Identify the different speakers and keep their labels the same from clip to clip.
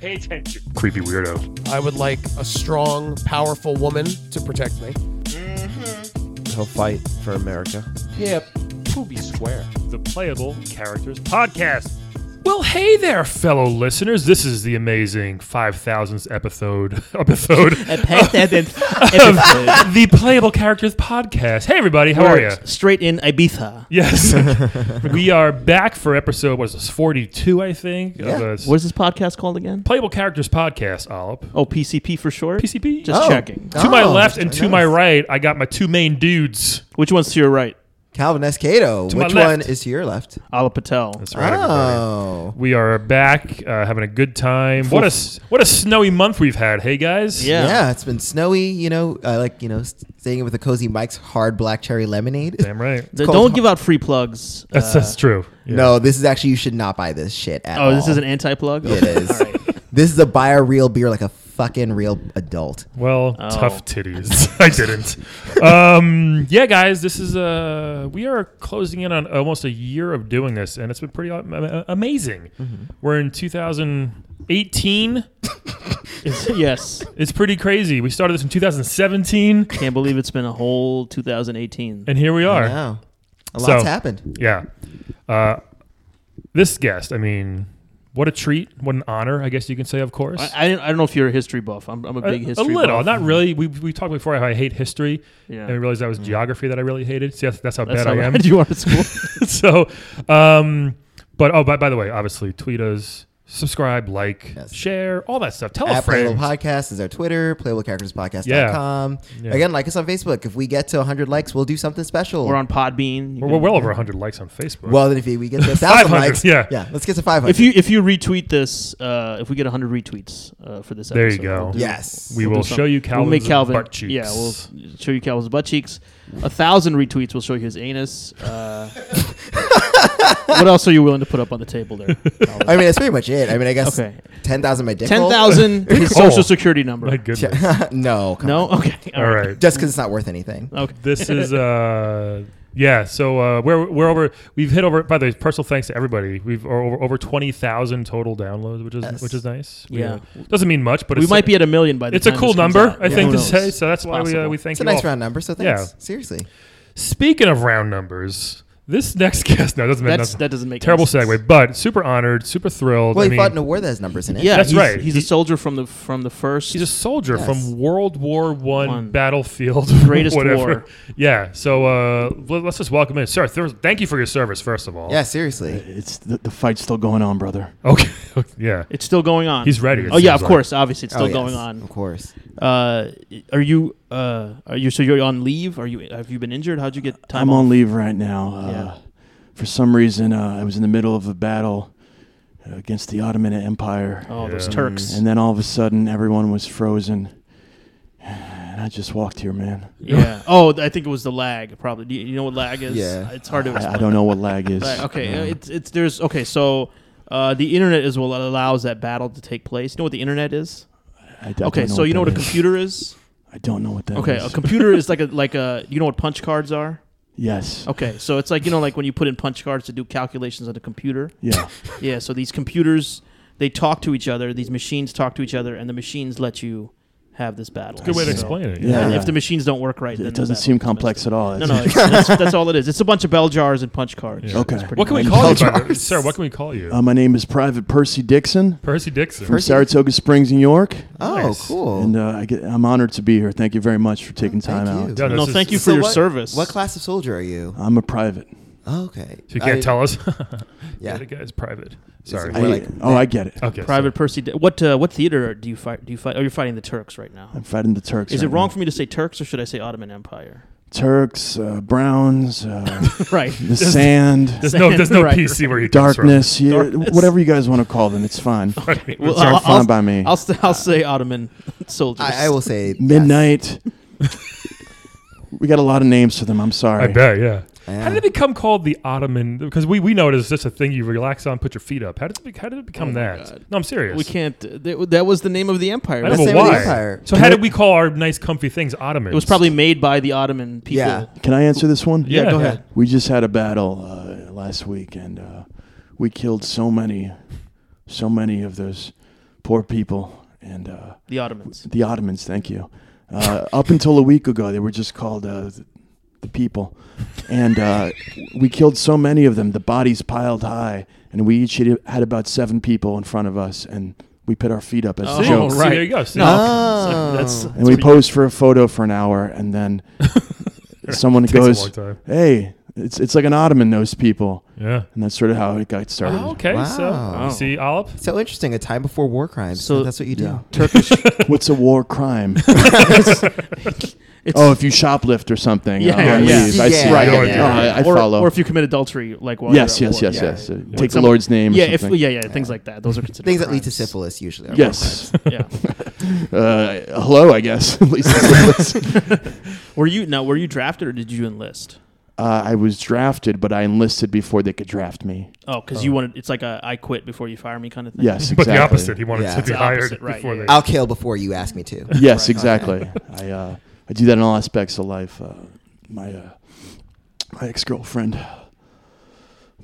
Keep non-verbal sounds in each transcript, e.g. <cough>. Speaker 1: Pay attention. Creepy weirdo.
Speaker 2: I would like a strong, powerful woman to protect me.
Speaker 3: Mm-hmm. He'll fight for America.
Speaker 2: Yeah, poopy square.
Speaker 1: The Playable Characters Podcast. Well, hey there, fellow listeners. This is the amazing 5000th episode. <laughs> Episode. <laughs> Oh,
Speaker 4: Episode.
Speaker 1: the Playable Characters Podcast. Hey, everybody. How are you?
Speaker 4: Straight in Ibiza.
Speaker 1: Yes. <laughs> we are back for episode, what is this, 42, I think? of this
Speaker 4: What is this podcast called again?
Speaker 1: Playable Characters Podcast, Olip.
Speaker 4: Oh, PCP for short.
Speaker 1: PCP?
Speaker 4: Just
Speaker 3: Oh.
Speaker 4: checking.
Speaker 3: Oh,
Speaker 1: to my left and
Speaker 3: nice.
Speaker 1: to my right, I got my two main dudes.
Speaker 4: Which one's to your right?
Speaker 3: Calvin Escato.
Speaker 1: my
Speaker 3: Which
Speaker 1: left.
Speaker 3: one is to your left?
Speaker 4: Ala Patel.
Speaker 1: That's right, everybody.
Speaker 3: Oh.
Speaker 1: We are back, uh, having a good time. What a s- what a snowy month we've had. Hey guys,
Speaker 4: Yeah.
Speaker 3: Yeah. it's been snowy, you know. I like, you know, s- staying with a cozy Mike's hard black cherry lemonade.
Speaker 1: damn
Speaker 4: <laughs>
Speaker 1: right.
Speaker 4: Th-
Speaker 3: called-
Speaker 4: Don't give out free plugs.
Speaker 1: That's
Speaker 4: Uh,
Speaker 1: that's true. Yeah.
Speaker 3: <laughs> No, this is actually you should not buy this shit at
Speaker 4: oh, this
Speaker 3: all.
Speaker 4: is an anti-plug.
Speaker 3: It is.
Speaker 4: All right.
Speaker 3: This is a buy a real beer like a fucking real adult.
Speaker 1: Well,
Speaker 4: Oh.
Speaker 1: tough titties. <laughs> I didn't. Um, yeah, guys, this is uh, we are closing in on almost a year of doing this, and it's been pretty am- am- amazing.
Speaker 4: Mm-hmm.
Speaker 1: We're in 2018.
Speaker 4: It's- yes.
Speaker 1: It's pretty crazy. We started this in 2017,
Speaker 4: Can't believe it's been a whole 2018.
Speaker 1: and here we are.
Speaker 3: Wow. A lot's
Speaker 1: So-
Speaker 3: happened.
Speaker 1: Yeah. Uh, this guest, I mean, what a treat. What an honor, I guess you can say, of course.
Speaker 4: I, I, didn't- I don't know if you're a history buff. I'm, I'm a
Speaker 1: A-
Speaker 4: big history.
Speaker 1: A little,
Speaker 4: buff.
Speaker 1: not really. We, we talked before how I hate history,
Speaker 4: Yeah. Mm-hmm.
Speaker 1: and I realized that was geography that I really hated. See, that's, that's how
Speaker 4: That's
Speaker 1: bad
Speaker 4: how
Speaker 1: I am.
Speaker 4: <laughs> bad you are
Speaker 1: <laughs>
Speaker 4: at school.
Speaker 1: so, um, but oh, by, by the way, obviously, tweet us, subscribe, like,
Speaker 3: Yes.
Speaker 1: share, all that stuff. Tell a
Speaker 3: At Playable
Speaker 1: friend.
Speaker 3: Podcast is our Twitter, playablecharacterspodcast.com.
Speaker 1: Yeah.
Speaker 3: com.
Speaker 1: Yeah.
Speaker 3: Again, like us on Facebook. If we get to 100 likes, we'll do something special.
Speaker 4: We're on Podbean. You
Speaker 1: We're,
Speaker 4: can-
Speaker 1: we're well over 100 likes on Facebook.
Speaker 3: Well, then if we get to 1,000
Speaker 1: 500,
Speaker 3: likes,
Speaker 1: yeah.
Speaker 3: yeah, let's get to 500.
Speaker 4: if you if you retweet this, uh, if we get 100 retweets uh, for this,
Speaker 1: There you
Speaker 4: episode,
Speaker 1: go.
Speaker 4: we'll do-
Speaker 3: yes.
Speaker 1: we
Speaker 4: we'll
Speaker 1: will
Speaker 4: do
Speaker 1: show
Speaker 4: something.
Speaker 1: you Calvin's
Speaker 4: we'll make Calvin
Speaker 1: butt cheeks.
Speaker 4: Yeah, we'll show you Calvin's butt cheeks. A thousand retweets will show you his anus.
Speaker 3: <laughs>
Speaker 4: Uh, what else are you willing to put up on the table there?
Speaker 3: I mean, that's pretty much it. I mean, I guess
Speaker 4: Okay.
Speaker 3: 10,000 my dick
Speaker 4: Ten
Speaker 3: hole.
Speaker 4: thousand. His
Speaker 1: Cool.
Speaker 4: social security
Speaker 1: <laughs>
Speaker 4: number.
Speaker 1: My goodness.
Speaker 3: <laughs> no. Come
Speaker 4: no. Okay.
Speaker 1: All right.
Speaker 3: Just because it's not worth anything.
Speaker 4: Okay. <laughs>
Speaker 1: this is uh yeah so uh we're we're over we've hit over by the way personal thanks to everybody we've are over over 20,000 total downloads which is
Speaker 3: Yes.
Speaker 1: which is nice
Speaker 4: Yeah.
Speaker 1: We, uh, doesn't mean much but
Speaker 4: We
Speaker 1: it's
Speaker 4: might be at a million by the
Speaker 1: it's a
Speaker 4: time.
Speaker 1: cool
Speaker 4: this comes
Speaker 1: number
Speaker 4: out.
Speaker 1: i
Speaker 4: Yeah,
Speaker 1: think
Speaker 4: who
Speaker 1: to say
Speaker 4: knows?
Speaker 1: so that's why we uh,
Speaker 4: possible.
Speaker 1: we thank
Speaker 3: It's
Speaker 1: you
Speaker 3: a nice
Speaker 1: all.
Speaker 3: round number, so thanks.
Speaker 1: Yeah.
Speaker 3: Seriously.
Speaker 1: speaking of round numbers this next <laughs> guest no it doesn't mean
Speaker 4: That's
Speaker 1: nothing.
Speaker 4: that doesn't make
Speaker 1: terrible
Speaker 4: any sense.
Speaker 1: segue but super honored super thrilled
Speaker 3: Well,
Speaker 1: I
Speaker 3: he
Speaker 1: mean,
Speaker 3: fought in a war that has numbers in it.
Speaker 4: Yeah,
Speaker 1: That's
Speaker 4: he's,
Speaker 1: right.
Speaker 4: He's
Speaker 1: He-
Speaker 4: a soldier from the from the first.
Speaker 1: He's a soldier
Speaker 3: Yes.
Speaker 1: from World War One,
Speaker 4: One.
Speaker 1: battlefield, <laughs>
Speaker 4: Greatest
Speaker 1: whatever.
Speaker 4: war.
Speaker 1: Yeah. So uh, let- let's just welcome in, sir. Th- thank you for your service, first of all.
Speaker 3: Yeah, seriously.
Speaker 5: It's the, the fight's still going on, brother.
Speaker 1: Okay. <laughs> yeah.
Speaker 4: it's still going on.
Speaker 1: He's ready. it
Speaker 4: Oh yeah,
Speaker 1: seems
Speaker 4: of
Speaker 1: like.
Speaker 4: course. Obviously, it's still
Speaker 3: Oh, yes,
Speaker 4: going
Speaker 3: Of
Speaker 4: on.
Speaker 3: course.
Speaker 4: Uh, are you? Uh, are you? So you're on leave? Are you? Have you been injured? How'd you get time
Speaker 5: I'm
Speaker 4: off?
Speaker 5: on leave right now. Uh,
Speaker 4: Yeah.
Speaker 5: For some reason, uh, I was in the middle of a battle uh, against the Ottoman Empire,
Speaker 4: Oh, those
Speaker 1: Yeah.
Speaker 4: Turks.
Speaker 5: Mm-hmm. and then all of a sudden, everyone was frozen. And I just walked here, man.
Speaker 4: yeah. Oh, th- I think it was the lag. Probably. Do you, you know what lag is?
Speaker 3: Yeah.
Speaker 4: It's hard to.
Speaker 5: I,
Speaker 4: Explain.
Speaker 5: I don't know what
Speaker 4: <laughs>
Speaker 5: lag is.
Speaker 4: Lag. Okay.
Speaker 5: Uh,
Speaker 4: uh, It's it's there's okay. So. Uh, the internet is what allows that battle to take place. You know what the internet is?
Speaker 5: I, I don't
Speaker 4: okay,
Speaker 5: know
Speaker 4: so you know what a
Speaker 5: that is.
Speaker 4: computer is?
Speaker 5: I don't know what <laughs> that is.
Speaker 4: Okay, a computer is like a like a you know what punch cards are?
Speaker 5: yes.
Speaker 4: Okay, so it's like you know like when you put in punch cards to do calculations on a computer. <laughs>
Speaker 5: Yeah.
Speaker 4: Yeah, so these computers they talk to each other, these machines talk to each other, and the machines let you have this battle.
Speaker 1: Good way to
Speaker 4: So-
Speaker 1: explain it.
Speaker 5: Yeah.
Speaker 4: And if the machines don't work right, then
Speaker 5: It
Speaker 4: the
Speaker 5: doesn't
Speaker 4: battle
Speaker 5: seem
Speaker 4: is
Speaker 5: complex
Speaker 4: messed
Speaker 5: at all.
Speaker 4: up. No, no,
Speaker 5: <laughs>
Speaker 4: it's, that's, that's all it is. It's a bunch of bell jars and punch cards.
Speaker 1: Yeah.
Speaker 5: Okay.
Speaker 4: That's pretty
Speaker 1: What can we
Speaker 4: much
Speaker 1: call you,
Speaker 3: Bell
Speaker 1: by the-
Speaker 3: jars.
Speaker 1: sir? What can we call you?
Speaker 5: Uh, my name is Private Percy Dixon
Speaker 1: Percy Dixon.
Speaker 5: from
Speaker 3: Um, Percy-
Speaker 5: Saratoga Springs, New York.
Speaker 3: Oh,
Speaker 1: Nice.
Speaker 3: cool.
Speaker 5: And uh, I get, I'm honored to be here. Thank you very much for taking
Speaker 3: Thank
Speaker 5: time out.
Speaker 3: you.
Speaker 1: Yeah,
Speaker 4: No,
Speaker 1: this is-
Speaker 4: thank you for
Speaker 3: So
Speaker 4: your
Speaker 3: what-
Speaker 4: service.
Speaker 3: What class of soldier are you?
Speaker 5: I'm a private.
Speaker 3: Oh, okay.
Speaker 1: So you can't
Speaker 3: I-
Speaker 1: tell us. <laughs>
Speaker 3: Yeah.
Speaker 1: the guy's private. Sorry.
Speaker 3: We're
Speaker 5: I-
Speaker 3: like-
Speaker 5: oh, I get it.
Speaker 1: okay.
Speaker 4: Private Percy, Di- what uh, what theater do you fight? Do you fight? Oh, you're fighting the Turks right now.
Speaker 5: I'm fighting the Turks.
Speaker 4: Is it
Speaker 5: right
Speaker 4: wrong
Speaker 5: now.
Speaker 4: for me to say Turks or should I say Ottoman
Speaker 5: <laughs>
Speaker 4: Empire?
Speaker 5: Turks, uh, Browns,
Speaker 4: <laughs>
Speaker 5: uh,
Speaker 4: right.
Speaker 5: the sand,
Speaker 4: <laughs>
Speaker 1: There's no. There's no
Speaker 4: Right.
Speaker 1: PC where you comes from. <laughs>
Speaker 5: darkness, you,
Speaker 4: Darkness.
Speaker 5: whatever you guys want to call them, it's fine.
Speaker 1: Right.
Speaker 4: Well,
Speaker 5: It's all
Speaker 4: I'll-
Speaker 5: fine
Speaker 4: I'll-
Speaker 5: by me.
Speaker 4: I'll, st- I'll say
Speaker 5: <laughs>
Speaker 4: Ottoman soldiers.
Speaker 3: I, I will say yes.
Speaker 5: Midnight. we got a lot of names for them. I'm sorry.
Speaker 1: I bet. Yeah.
Speaker 3: Yeah.
Speaker 1: How did it become called the Ottoman? Because we we know it is just a thing you relax on, put your feet up. How did it, be, how did it become
Speaker 4: Oh my
Speaker 1: that?
Speaker 4: God.
Speaker 1: No, I'm serious.
Speaker 4: We can't. That, that was the name of the empire.
Speaker 1: I
Speaker 3: The
Speaker 1: don't
Speaker 4: It
Speaker 3: same
Speaker 1: know
Speaker 3: with the
Speaker 1: why.
Speaker 3: Empire.
Speaker 1: So how did we call our nice comfy things Ottomans?
Speaker 4: was probably made by the Ottoman people.
Speaker 3: Yeah.
Speaker 5: Can I answer this one?
Speaker 1: Yeah.
Speaker 4: go
Speaker 3: Yeah.
Speaker 4: ahead.
Speaker 5: We just had a battle uh, last week, and uh, we killed so many, so many of those poor people and uh,
Speaker 4: The Ottomans.
Speaker 5: the Ottomans. Thank you. Uh, up until a week ago, they were just called uh, the people, and uh, we killed so many of them. The bodies piled high, and we each had- had about seven people in front of us, and we put our feet up as
Speaker 4: Oh,
Speaker 5: a
Speaker 1: oh,
Speaker 5: joke.
Speaker 1: see,
Speaker 4: right.
Speaker 1: there you go. See,
Speaker 4: No.
Speaker 3: Oh.
Speaker 1: <laughs> that's, that's
Speaker 5: And we
Speaker 1: pretty-
Speaker 5: posed for a photo for an hour, and then someone
Speaker 1: takes a
Speaker 5: goes,
Speaker 1: long time.
Speaker 5: "Hey, it's it's like an Ottoman, those people."
Speaker 1: Yeah.
Speaker 5: And that's sort of how it got started.
Speaker 1: Oh, okay. So
Speaker 3: Wow.
Speaker 1: you see, Olive.
Speaker 3: So interesting. A time before war crimes.
Speaker 4: So-
Speaker 3: So that's what you do. <laughs>
Speaker 5: Yeah. Turkish. What's a war crime?
Speaker 4: It's, <laughs>
Speaker 5: oh, if you shoplift or something.
Speaker 4: Yeah,
Speaker 5: uh,
Speaker 4: yeah,
Speaker 5: on
Speaker 4: yeah.
Speaker 5: leave. I see.
Speaker 3: Yeah,
Speaker 1: yeah,
Speaker 5: Oh,
Speaker 1: yeah.
Speaker 5: I, I
Speaker 4: or,
Speaker 5: follow.
Speaker 4: Or if you commit adultery, like while
Speaker 5: yes,
Speaker 4: you're at
Speaker 5: yes,
Speaker 4: war.
Speaker 5: yes,
Speaker 4: Yeah.
Speaker 5: yes. Uh,
Speaker 1: Yeah.
Speaker 5: Take the
Speaker 4: Some-
Speaker 5: Lord's name. or
Speaker 4: Yeah, if,
Speaker 5: something.
Speaker 4: yeah, yeah, things like that. Those are considered
Speaker 3: Things that lead to
Speaker 4: crimes.
Speaker 3: syphilis usually. are
Speaker 5: Yes.
Speaker 4: <laughs> Yeah.
Speaker 5: Uh, hello, I guess. <laughs> At least that's what it was.
Speaker 4: <laughs> Were you now? Were you drafted or did you enlist?
Speaker 5: uh, I was drafted, but I enlisted before they could draft me.
Speaker 4: Oh, because you wanted. It's like a I quit before you fire me kind of thing.
Speaker 5: Yes, exactly.
Speaker 1: But the opposite. He wanted
Speaker 3: Yeah.
Speaker 1: to
Speaker 3: It's
Speaker 1: be
Speaker 4: the
Speaker 1: hired
Speaker 4: opposite, right,
Speaker 1: before
Speaker 4: yeah,
Speaker 1: they.
Speaker 4: yeah.
Speaker 3: I'll kill before you ask me
Speaker 1: <laughs>
Speaker 3: to.
Speaker 5: Yes,
Speaker 4: Right.
Speaker 5: exactly. I uh, I do that in all aspects of life. Uh, my uh, my ex girlfriend,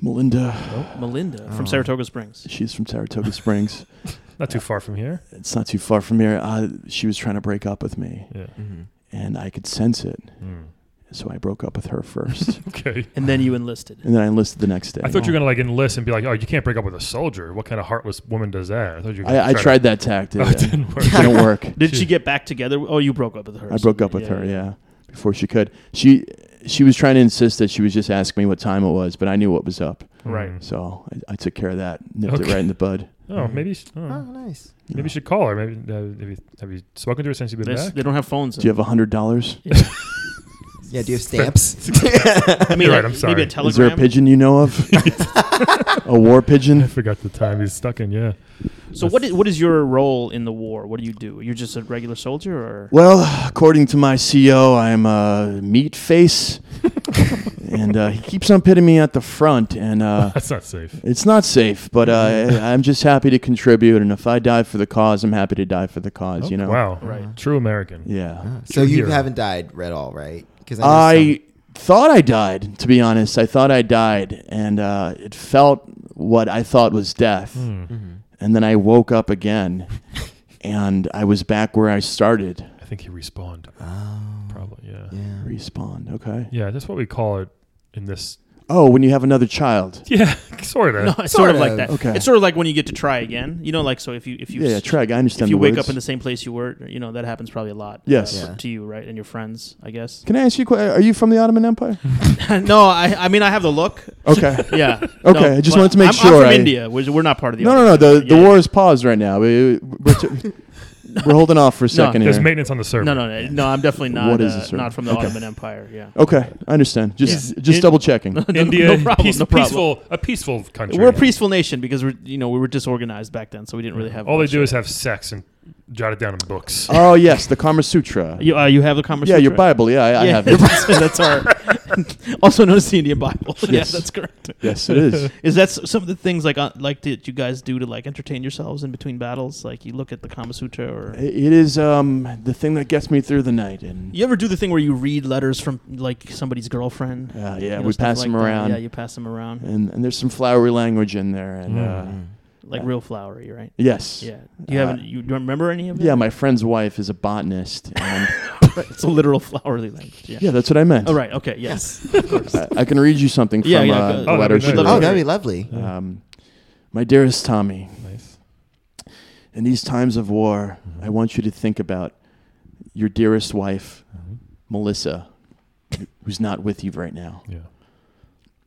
Speaker 5: Melinda.
Speaker 4: Melinda
Speaker 3: Oh.
Speaker 4: from Saratoga Springs.
Speaker 5: She's from Saratoga Springs. <laughs>
Speaker 1: Not too far from here.
Speaker 5: it's not too far from here. Uh, she was trying to break up with me,
Speaker 1: Yeah.
Speaker 3: Mm-hmm.
Speaker 5: and I could sense it.
Speaker 1: Mm.
Speaker 5: So I broke up with
Speaker 1: <laughs>
Speaker 5: her first,
Speaker 1: Okay.
Speaker 4: And then you enlisted.
Speaker 5: and then I enlisted the next day.
Speaker 1: I thought you were gonna like enlist and be like, oh, you can't break up with a soldier. What kind of heartless woman does that? I thought you. Were gonna
Speaker 5: I,
Speaker 1: try
Speaker 5: I
Speaker 1: to- <laughs>
Speaker 5: tried that tactic.
Speaker 1: Oh, it
Speaker 5: <laughs>
Speaker 1: didn't work.
Speaker 5: didn't work.
Speaker 4: Did she
Speaker 1: She-
Speaker 4: get back together? Oh, you broke up with her.
Speaker 5: I
Speaker 4: so-
Speaker 5: broke up with her. Yeah, before she could. She she was trying to insist that she was just asking me what time it was, but I knew what Mm. was up.
Speaker 1: <laughs> Right.
Speaker 5: So I, I took care of that. Nipped it
Speaker 1: Okay.
Speaker 5: right in the bud.
Speaker 1: Oh, maybe. you should- I don't
Speaker 3: Oh,
Speaker 1: know.
Speaker 3: nice.
Speaker 1: Maybe you should call her. Maybe uh, have, you, have you spoken to her since you've been
Speaker 4: This- <laughs>
Speaker 1: back?
Speaker 4: they don't have phones.
Speaker 5: Do you have a hundred dollars?
Speaker 3: Yeah, do you have stamps?
Speaker 4: I mean,
Speaker 1: You're right,
Speaker 4: like,
Speaker 1: I'm sorry.
Speaker 4: Maybe a
Speaker 1: Is
Speaker 4: telegram.
Speaker 5: Is there a pigeon you know of? a war
Speaker 1: I
Speaker 5: pigeon?
Speaker 1: <laughs> forgot the time he's stuck in. Yeah.
Speaker 4: So what is what is your role in the war? What do you do? You're just a regular soldier, or
Speaker 5: Well, according to my E CO, I'm a meat face, and uh, he keeps on pitting me at the front,
Speaker 1: <laughs>
Speaker 5: and uh,
Speaker 1: That's not safe.
Speaker 5: it's not safe. But uh, I- I'm just happy to contribute, and if I die for the cause, I'm happy to die for the cause. you know?
Speaker 1: Oh, Wow.
Speaker 4: Right.
Speaker 1: True American.
Speaker 5: Yeah.
Speaker 4: Ah,
Speaker 3: so you
Speaker 1: hero.
Speaker 3: haven't died at all, right? Because
Speaker 5: I thought I died. To be honest, I thought I died, and uh, it felt what I thought was death.
Speaker 4: Hmm.
Speaker 1: Hmm.
Speaker 5: And then I woke up again, and I was back where I started.
Speaker 1: I think he respawned.
Speaker 4: Mm-hmm.
Speaker 1: Probably. Yeah. yeah.
Speaker 3: Oh, yeah.
Speaker 5: Respawn. Okay.
Speaker 1: That's what we call it in this. <laughs>
Speaker 5: Oh, when you have another child.
Speaker 1: Yeah. Sort of.
Speaker 4: no? It's sort
Speaker 3: Sort
Speaker 4: of like
Speaker 3: of.
Speaker 4: that.
Speaker 5: Okay.
Speaker 4: It's sort of like when you get to try again. You know, like so if you if you
Speaker 5: Yeah, yeah
Speaker 4: s-
Speaker 5: Treg, I
Speaker 4: if
Speaker 5: understand.
Speaker 4: you
Speaker 5: the
Speaker 4: wake
Speaker 5: words.
Speaker 4: up in the same place you were, you know that happens probably a lot.
Speaker 5: Yes.
Speaker 4: uh,
Speaker 3: Yeah.
Speaker 4: to you, right, and your friends, I guess.
Speaker 5: Can I ask you? a que- Are you from the
Speaker 4: <laughs>
Speaker 5: Ottoman Empire?
Speaker 4: no, I I mean I have the
Speaker 5: <laughs>
Speaker 4: look. <laughs>
Speaker 5: Okay.
Speaker 4: Yeah.
Speaker 5: Okay, I just wanted to make
Speaker 4: I'm,
Speaker 5: sure
Speaker 4: I'm from
Speaker 5: I-
Speaker 4: India. We're, we're not part of the.
Speaker 5: no, no, no.
Speaker 4: audience.
Speaker 5: The the
Speaker 4: Yeah,
Speaker 5: war is paused right now. We, we're,
Speaker 4: <laughs>
Speaker 5: t- we're holding off for a second
Speaker 1: There's
Speaker 5: here.
Speaker 1: maintenance on the server.
Speaker 4: No, no, no, no. I'm definitely not.
Speaker 5: What is
Speaker 4: uh,
Speaker 5: this, sir?
Speaker 4: not from the
Speaker 5: Okay.
Speaker 4: Ottoman Empire. Yeah.
Speaker 5: okay, I understand. Just
Speaker 4: Yeah.
Speaker 5: just
Speaker 4: In-
Speaker 5: double checking.
Speaker 4: <laughs> No, no,
Speaker 1: India,
Speaker 4: no problem,
Speaker 1: peace-
Speaker 4: no problem.
Speaker 1: peaceful, a peaceful country.
Speaker 4: We're a peaceful nation because we're you know we were disorganized back then, so we didn't really have
Speaker 1: All they
Speaker 4: much.
Speaker 1: do is have sex and jot it down in books.
Speaker 5: oh yes, the Kama Sutra.
Speaker 4: You, uh, you have the conversation.
Speaker 5: yeah, your Bible. Yeah, I, I
Speaker 4: <laughs>
Speaker 5: have it.
Speaker 4: that's, that's our. <laughs> also known as the Indian Bible. <laughs>
Speaker 5: Yes.
Speaker 4: Yeah, that's correct.
Speaker 5: yes, it is.
Speaker 4: <laughs> Is that s- some of the things like uh, like that you guys do to like entertain yourselves in between battles? Like you look at the Kama Sutra, or
Speaker 5: It it is um the thing that gets me through the night. And
Speaker 4: you ever do the thing where you read letters from like somebody's girlfriend?
Speaker 5: uh, yeah,
Speaker 4: You know,
Speaker 5: we
Speaker 4: stuff
Speaker 5: pass
Speaker 4: like
Speaker 5: them
Speaker 4: that.
Speaker 5: around.
Speaker 4: Yeah, you pass them around
Speaker 5: and, and there's some flowery language in there. And uh,
Speaker 1: Mm-hmm.
Speaker 4: like real flowery, right?
Speaker 5: yes,
Speaker 4: Mm-hmm. Yeah. Do you
Speaker 5: Uh,
Speaker 4: have any, you do you remember any of it?
Speaker 5: yeah. My friend's wife is a botanist. And
Speaker 4: <laughs> it's a literal flowery language. Yeah.
Speaker 5: yeah, that's what I meant.
Speaker 4: Oh right. Okay. Yes.
Speaker 5: I, I can read you something from
Speaker 4: Yeah, yeah,
Speaker 5: uh,
Speaker 4: go-
Speaker 5: the
Speaker 1: Oh, that'd
Speaker 5: letter
Speaker 1: be
Speaker 5: she
Speaker 1: nice.
Speaker 3: Oh,
Speaker 5: wrote.
Speaker 3: that'd be lovely.
Speaker 5: Um, my dearest Tommy,
Speaker 1: Nice.
Speaker 5: in these times of war,
Speaker 4: Mm-hmm.
Speaker 5: I want you to think about your dearest wife,
Speaker 1: Mm-hmm.
Speaker 5: Melissa, who's not with you right now.
Speaker 1: Yeah.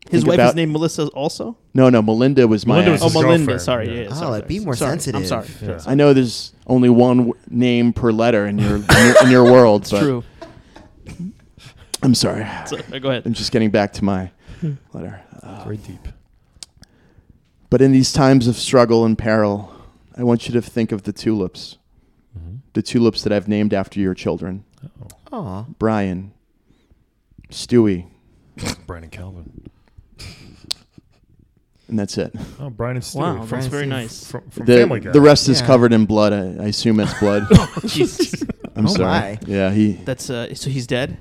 Speaker 4: His
Speaker 5: Think
Speaker 4: wife is
Speaker 5: about-
Speaker 4: named Melissa also?
Speaker 5: No, no, Melinda was my.
Speaker 1: Melinda was
Speaker 5: ex.
Speaker 4: Oh,
Speaker 1: his
Speaker 4: Melinda.
Speaker 1: girlfriend,
Speaker 4: Sorry.
Speaker 1: yeah.
Speaker 4: Yeah. yeah,
Speaker 3: Oh,
Speaker 4: sorry,
Speaker 3: like, be
Speaker 4: sorry.
Speaker 3: more
Speaker 4: Sorry, I'm
Speaker 3: sensitive.
Speaker 4: sorry.
Speaker 1: Yeah.
Speaker 5: I know there's only one w- name per letter in your in your, in your world.
Speaker 3: <laughs>
Speaker 4: It's
Speaker 5: but
Speaker 4: true.
Speaker 5: I'm sorry.
Speaker 4: So, uh, go ahead.
Speaker 5: I'm just getting back to my
Speaker 3: Hmm.
Speaker 5: letter. Uh,
Speaker 1: Very deep.
Speaker 5: but in these times of struggle and peril, I want you to think of the tulips,
Speaker 1: Mm-hmm.
Speaker 5: the tulips that I've named after your children:
Speaker 1: Oh.
Speaker 3: Aw.
Speaker 5: Brian, Stewie,
Speaker 1: Brian and Calvin.
Speaker 5: and that's it.
Speaker 1: Oh, Brian and Stewie.
Speaker 4: Wow,
Speaker 1: from,
Speaker 4: that's
Speaker 3: Francis.
Speaker 4: very nice.
Speaker 1: from, from
Speaker 5: the,
Speaker 1: Family Guy.
Speaker 5: the rest is
Speaker 3: Yeah.
Speaker 5: covered in blood. I, I assume
Speaker 3: <laughs>
Speaker 5: that's blood.
Speaker 4: Jesus.
Speaker 5: I'm
Speaker 3: Oh
Speaker 5: sorry.
Speaker 3: my.
Speaker 5: Yeah, he
Speaker 4: <laughs> That's uh, so he's dead.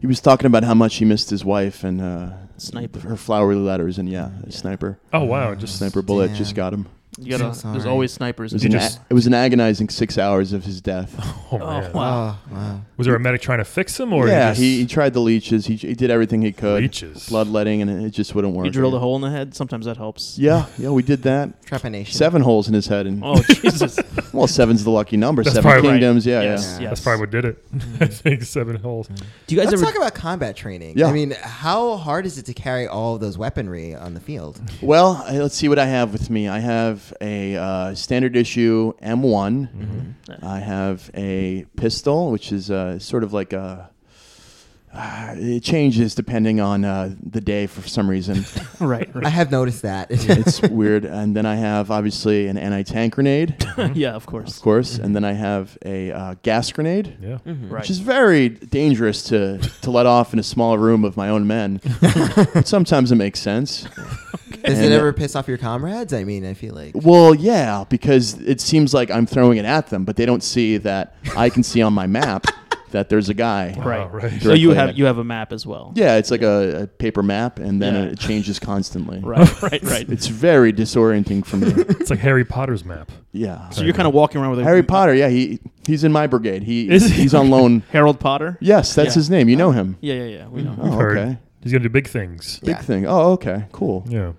Speaker 5: he was talking about how much he missed his wife and uh,
Speaker 4: Sniper.
Speaker 5: her flowery letters, and yeah, a sniper
Speaker 1: Oh wow, just
Speaker 5: sniper bullet
Speaker 3: Damn.
Speaker 5: just got him.
Speaker 4: You gotta.
Speaker 3: So
Speaker 4: there's
Speaker 3: sorry.
Speaker 4: always snipers.
Speaker 5: It was,
Speaker 4: in
Speaker 5: an,
Speaker 4: there.
Speaker 5: a- it was an agonizing six hours of his death.
Speaker 1: Oh, man.
Speaker 4: wow.
Speaker 3: Oh, wow.
Speaker 1: Was there a medic trying to fix him, <laughs> or
Speaker 5: yeah,
Speaker 1: just
Speaker 5: he, he tried the leeches. He, he did everything he could.
Speaker 1: Leeches.
Speaker 5: Bloodletting, and it just wouldn't work.
Speaker 4: you drilled a hole in the head. Sometimes that helps.
Speaker 5: Yeah, yeah, we did that.
Speaker 3: Trepanation.
Speaker 5: Seven holes in his head, and
Speaker 4: Oh <laughs> Jesus.
Speaker 5: <laughs> well, seven's the lucky number.
Speaker 1: That's
Speaker 5: Seven
Speaker 1: probably right.
Speaker 5: kingdoms. Yeah,
Speaker 4: yes,
Speaker 5: yeah.
Speaker 4: Yes.
Speaker 1: That's probably what did it. <laughs> I think seven holes.
Speaker 4: Do you guys
Speaker 3: Let's
Speaker 4: ever?
Speaker 3: talk about combat training.
Speaker 5: Yeah.
Speaker 3: I mean, how hard is it to carry all of those weaponry on the
Speaker 5: <laughs>
Speaker 3: field?
Speaker 5: Well, I- let's see what I have with me. I have a uh, standard issue M1. I have a pistol, which is uh, sort of like a. Uh, it changes depending on uh, the day for some reason.
Speaker 4: right.
Speaker 3: I have noticed that. <laughs>
Speaker 4: <laughs>
Speaker 5: it's weird. And then I have obviously an anti-tank grenade,
Speaker 4: right. <laughs> yeah, of course.
Speaker 5: of course, and then I have a uh, gas grenade.
Speaker 1: Yeah.
Speaker 4: Right.
Speaker 5: Which is very dangerous to, to let off in a small room of my
Speaker 4: <laughs>
Speaker 5: own men. but sometimes it makes sense.
Speaker 3: Does
Speaker 5: And- uh,
Speaker 3: it ever piss off your comrades? I mean, I feel like.
Speaker 5: Well, yeah, because it seems like I'm throwing it at them, but they don't see that I can see on my map that there's a guy.
Speaker 4: Right.
Speaker 1: Oh, right.
Speaker 4: So you
Speaker 5: directly
Speaker 4: have
Speaker 5: at-
Speaker 4: you have a map as well.
Speaker 5: Yeah, it's like a, a paper map, and then
Speaker 4: Yeah.
Speaker 5: it changes constantly. <laughs>
Speaker 4: Right. Right. Right.
Speaker 5: It's very disorienting
Speaker 4: <laughs>
Speaker 5: for me.
Speaker 1: It's like Harry Potter's map.
Speaker 5: yeah.
Speaker 4: so you're kind of walking around with a
Speaker 5: Harry Potter, yeah, he he's in my
Speaker 4: <laughs>
Speaker 5: brigade. He
Speaker 1: uh, Is he? Uh,
Speaker 5: he's
Speaker 1: <laughs>
Speaker 5: on loan.
Speaker 4: Harold Potter.
Speaker 5: Yes, that's
Speaker 4: Yeah.
Speaker 5: his name. You know him.
Speaker 4: Yeah. Yeah. Yeah. We know.
Speaker 5: <laughs> Oh,
Speaker 4: <laughs>
Speaker 1: Heard.
Speaker 5: okay.
Speaker 1: He's gonna do big things.
Speaker 5: Big
Speaker 3: Yeah.
Speaker 5: thing. Oh, okay. Cool.
Speaker 1: Yeah.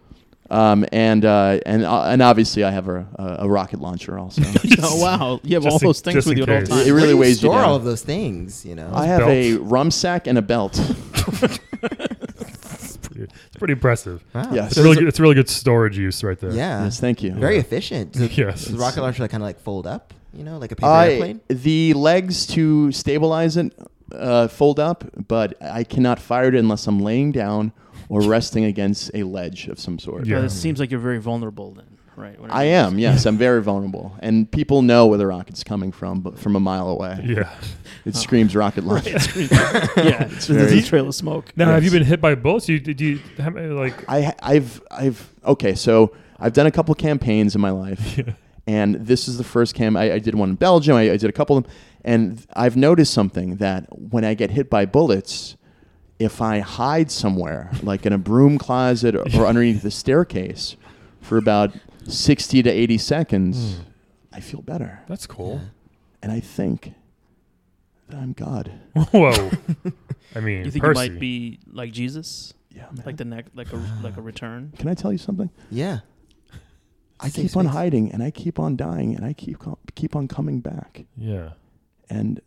Speaker 5: Um, and uh, and uh, and obviously, I have a, a, a rocket
Speaker 1: <laughs>
Speaker 5: launcher also.
Speaker 4: oh wow! You have
Speaker 1: Just
Speaker 4: all
Speaker 1: in-
Speaker 4: those things
Speaker 1: just
Speaker 4: with you
Speaker 1: in
Speaker 4: at all
Speaker 1: case.
Speaker 4: times.
Speaker 5: It
Speaker 3: Where
Speaker 5: really
Speaker 3: do you
Speaker 5: weighs you
Speaker 3: store all
Speaker 5: down.
Speaker 3: of those things, you know.
Speaker 5: I have
Speaker 1: Belt.
Speaker 5: a rum sack and a belt.
Speaker 1: It's pretty impressive.
Speaker 3: wow.
Speaker 5: <laughs> yes.
Speaker 1: It's really good, it's really good storage use right there.
Speaker 3: Yeah.
Speaker 5: Yes, thank you.
Speaker 3: Very efficient.
Speaker 4: <laughs>
Speaker 3: Does,
Speaker 1: Yes.
Speaker 3: Does the rocket launcher like, kind of like fold up, you know, like a paper
Speaker 5: I
Speaker 3: airplane?
Speaker 5: the legs to stabilize it uh, fold up, but I cannot fire it unless I'm laying down
Speaker 1: <laughs>
Speaker 5: or resting against a ledge of some
Speaker 1: <laughs>
Speaker 5: sort.
Speaker 1: Yeah.
Speaker 4: But it seems like you're very vulnerable then, right? Whenever
Speaker 5: I
Speaker 4: you- <laughs>
Speaker 5: am, yes, I'm very vulnerable, and people know where the rocket's coming from, but from a mile away,
Speaker 1: Yeah.
Speaker 5: <laughs> it screams rocket launcher.
Speaker 4: yeah, it's
Speaker 5: very-
Speaker 4: a trail of smoke.
Speaker 1: Now, have you
Speaker 5: Yes.
Speaker 1: been hit by bullets? You did you how many, like?
Speaker 5: <laughs>
Speaker 1: <laughs>
Speaker 5: I I've I've okay, so I've done a couple campaigns in
Speaker 4: <laughs>
Speaker 5: my life, and this is the first cam I, I did one in Belgium. I, I did a couple of them, and I've noticed something that when I get hit by bullets, if I hide somewhere, <laughs> like in a broom closet or, or underneath the staircase, for about sixty to eighty seconds,
Speaker 4: Hmm.
Speaker 5: I feel better,
Speaker 1: That's cool.
Speaker 5: and I think that I'm God.
Speaker 1: <laughs> Whoa. I mean,
Speaker 4: You think
Speaker 1: Percy.
Speaker 4: you might be like Jesus,
Speaker 5: Yeah, man.
Speaker 4: like the neck, like a like a return?
Speaker 5: Can I tell you something?
Speaker 3: Yeah.
Speaker 5: I
Speaker 3: Safe
Speaker 5: keep on
Speaker 3: space.
Speaker 5: hiding, and I keep on dying, and I keep com- keep on coming back.
Speaker 1: Yeah.
Speaker 5: and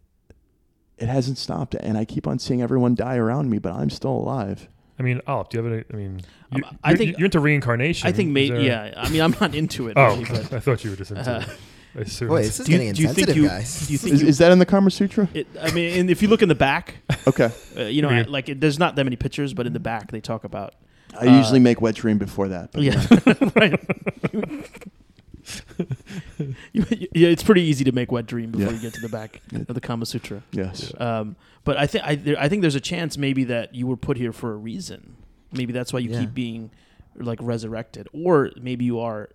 Speaker 5: it hasn't stopped. And I keep on seeing everyone die around me, but I'm
Speaker 4: <laughs>
Speaker 5: still alive.
Speaker 1: I mean, Alp, do you have any? I mean, you,
Speaker 4: Um, I
Speaker 1: you're-
Speaker 4: think-
Speaker 1: you're into reincarnation.
Speaker 4: I think
Speaker 1: Is
Speaker 4: maybe.
Speaker 1: there-
Speaker 4: Yeah, I mean, I'm not into it.
Speaker 1: <laughs> Oh,
Speaker 4: really, but
Speaker 1: I thought you were just into.
Speaker 4: Uh,
Speaker 1: it. I assumed.
Speaker 3: Boy, this is
Speaker 4: do, you,
Speaker 3: getting
Speaker 4: do you think
Speaker 3: insensitive,
Speaker 4: you?
Speaker 3: guys. <laughs>
Speaker 4: Do you think
Speaker 5: Is,
Speaker 4: you?
Speaker 5: is that in the Kama Sutra?
Speaker 4: it, I mean, and if you look in the back,
Speaker 5: Okay.
Speaker 4: uh, you know,
Speaker 1: Yeah.
Speaker 4: I- like it, there's not that many pictures, but in the back they talk about.
Speaker 5: I
Speaker 4: Uh,
Speaker 5: usually make wet dream before that. But
Speaker 4: Yeah, <laughs> right. You- you- yeah, it's pretty easy to make wet dream before
Speaker 5: Yeah.
Speaker 4: you get to the back of the Kama Sutra.
Speaker 5: <laughs> Yes.
Speaker 4: Um, but I think I, there, I think there's a chance maybe that you were put here for a reason. Maybe that's why you
Speaker 3: Yeah.
Speaker 4: keep being like resurrected, or maybe you are.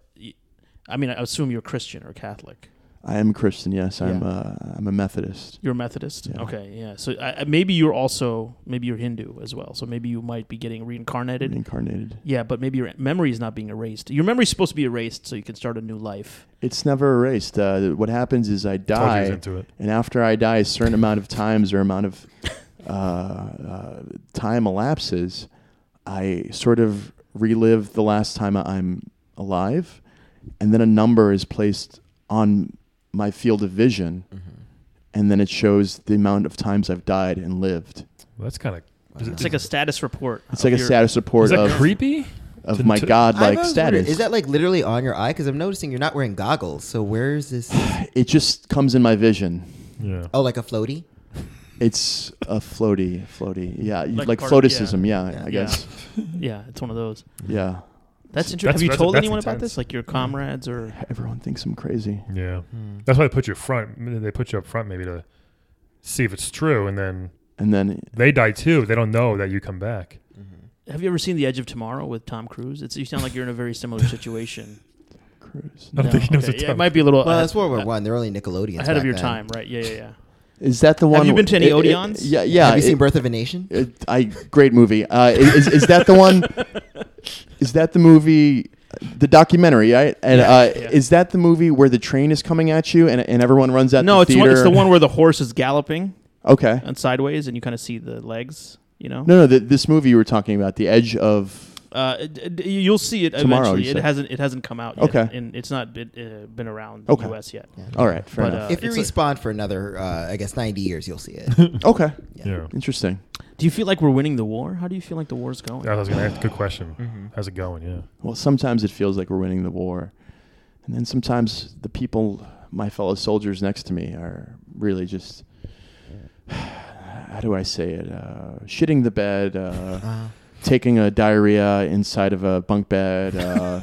Speaker 4: I mean, I assume you're Christian or Catholic.
Speaker 5: I am a Christian. Yes. I'm.
Speaker 4: Yeah.
Speaker 5: Uh, I'm a Methodist.
Speaker 4: You're a Methodist.
Speaker 5: Yeah.
Speaker 4: Okay, yeah. So I, I- maybe you're also maybe you're Hindu as well. So maybe you might be getting reincarnated.
Speaker 5: Reincarnated.
Speaker 4: Yeah, but maybe your memory is not being erased. Your memory's supposed to be erased so you can start a new life.
Speaker 5: It's never erased. Uh, what happens is I
Speaker 1: I told you he was
Speaker 5: die,
Speaker 1: into it.
Speaker 5: and after I die, a certain amount of times or amount of uh, uh, time elapses. I sort of relive the last time I'm alive, and then a number is placed on my field of vision, and then it shows the amount of times I've died and lived.
Speaker 1: Well, that's kind of.
Speaker 4: It's like a status report.
Speaker 5: It's
Speaker 4: of
Speaker 5: like a
Speaker 4: your-
Speaker 5: status report
Speaker 1: Is that
Speaker 5: of,
Speaker 1: creepy?
Speaker 5: of
Speaker 1: to-
Speaker 5: my
Speaker 1: to-
Speaker 5: godlike
Speaker 3: I've always wondered,
Speaker 5: status.
Speaker 3: Is that like literally on your eye? Because I'm noticing you're not wearing goggles. So where is this?
Speaker 5: it just comes in my vision.
Speaker 1: Yeah.
Speaker 3: Oh, like a floaty?
Speaker 5: It's a floaty, floaty, yeah, like,
Speaker 4: Like part-
Speaker 5: floaticism, yeah, I
Speaker 3: Yeah.
Speaker 5: guess,
Speaker 4: Yeah, it's one of those.
Speaker 5: yeah.
Speaker 4: That's interesting.
Speaker 1: That's-
Speaker 4: Have you
Speaker 1: that's-
Speaker 4: told
Speaker 1: that's
Speaker 4: anyone about
Speaker 1: intense.
Speaker 4: this? Like your comrades or
Speaker 5: Everyone thinks I'm crazy.
Speaker 1: Yeah. That's why they put you front. They put you up front maybe to see if it's true, and then
Speaker 5: And then
Speaker 1: they die too. They don't know that you come back.
Speaker 4: Have you ever seen The Edge of Tomorrow with Tom Cruise? It's, you sound like you're in a very similar
Speaker 1: <laughs>
Speaker 4: situation.
Speaker 5: Cruise.
Speaker 1: I don't think he knows what
Speaker 4: Yeah,
Speaker 1: Tom
Speaker 4: it might be a little
Speaker 3: Well,
Speaker 4: ahead,
Speaker 3: that's World War One. They're only Nickelodeon.
Speaker 4: ahead of your time, right? Yeah, yeah, yeah.
Speaker 5: Is that the one?
Speaker 4: you been to any
Speaker 5: it- it-
Speaker 4: Odeons?
Speaker 5: yeah, yeah.
Speaker 3: Have you seen
Speaker 5: it-
Speaker 3: Birth of a Nation?
Speaker 4: <laughs>
Speaker 5: it- I great movie. Uh, is, is that the one? Is that the movie? the documentary, right? And uh,
Speaker 4: yeah.
Speaker 5: is that the movie where the train is coming at you and, and everyone runs out?
Speaker 4: No,
Speaker 5: the
Speaker 4: it's, one, it's
Speaker 5: theater?
Speaker 4: the one where the horse is galloping
Speaker 5: Okay.
Speaker 4: and sideways, and you kind of see the legs. You know,
Speaker 5: No, no. The, this movie you were talking about, The Edge of.
Speaker 4: uh, d- d- you'll see it
Speaker 5: Tomorrow,
Speaker 4: eventually.
Speaker 5: you
Speaker 4: It
Speaker 5: said.
Speaker 4: hasn't it hasn't come out. Yet,
Speaker 5: Okay.
Speaker 4: and it's not been, uh, been around the
Speaker 5: Okay.
Speaker 4: U.S. yet.
Speaker 5: All right, fair
Speaker 4: But,
Speaker 5: enough.
Speaker 3: if you
Speaker 4: it's a-
Speaker 3: respond for another, uh, I guess, 90 years, you'll see
Speaker 4: <laughs>
Speaker 3: it.
Speaker 4: uh,
Speaker 5: okay,
Speaker 1: Yeah.
Speaker 5: interesting.
Speaker 4: Do you feel like we're winning the war? How do you feel like the war's going?
Speaker 1: That was gonna ask a good question. How's it going? Yeah.
Speaker 5: Well, sometimes it feels like we're winning the war, and then sometimes the people, my fellow soldiers next to me, are really just. <sighs> How do I say it? Uh, shitting the
Speaker 4: <laughs>
Speaker 5: bed, uh,
Speaker 3: Uh,
Speaker 5: taking a diarrhea inside of a bunk
Speaker 4: <laughs>
Speaker 5: bed, uh,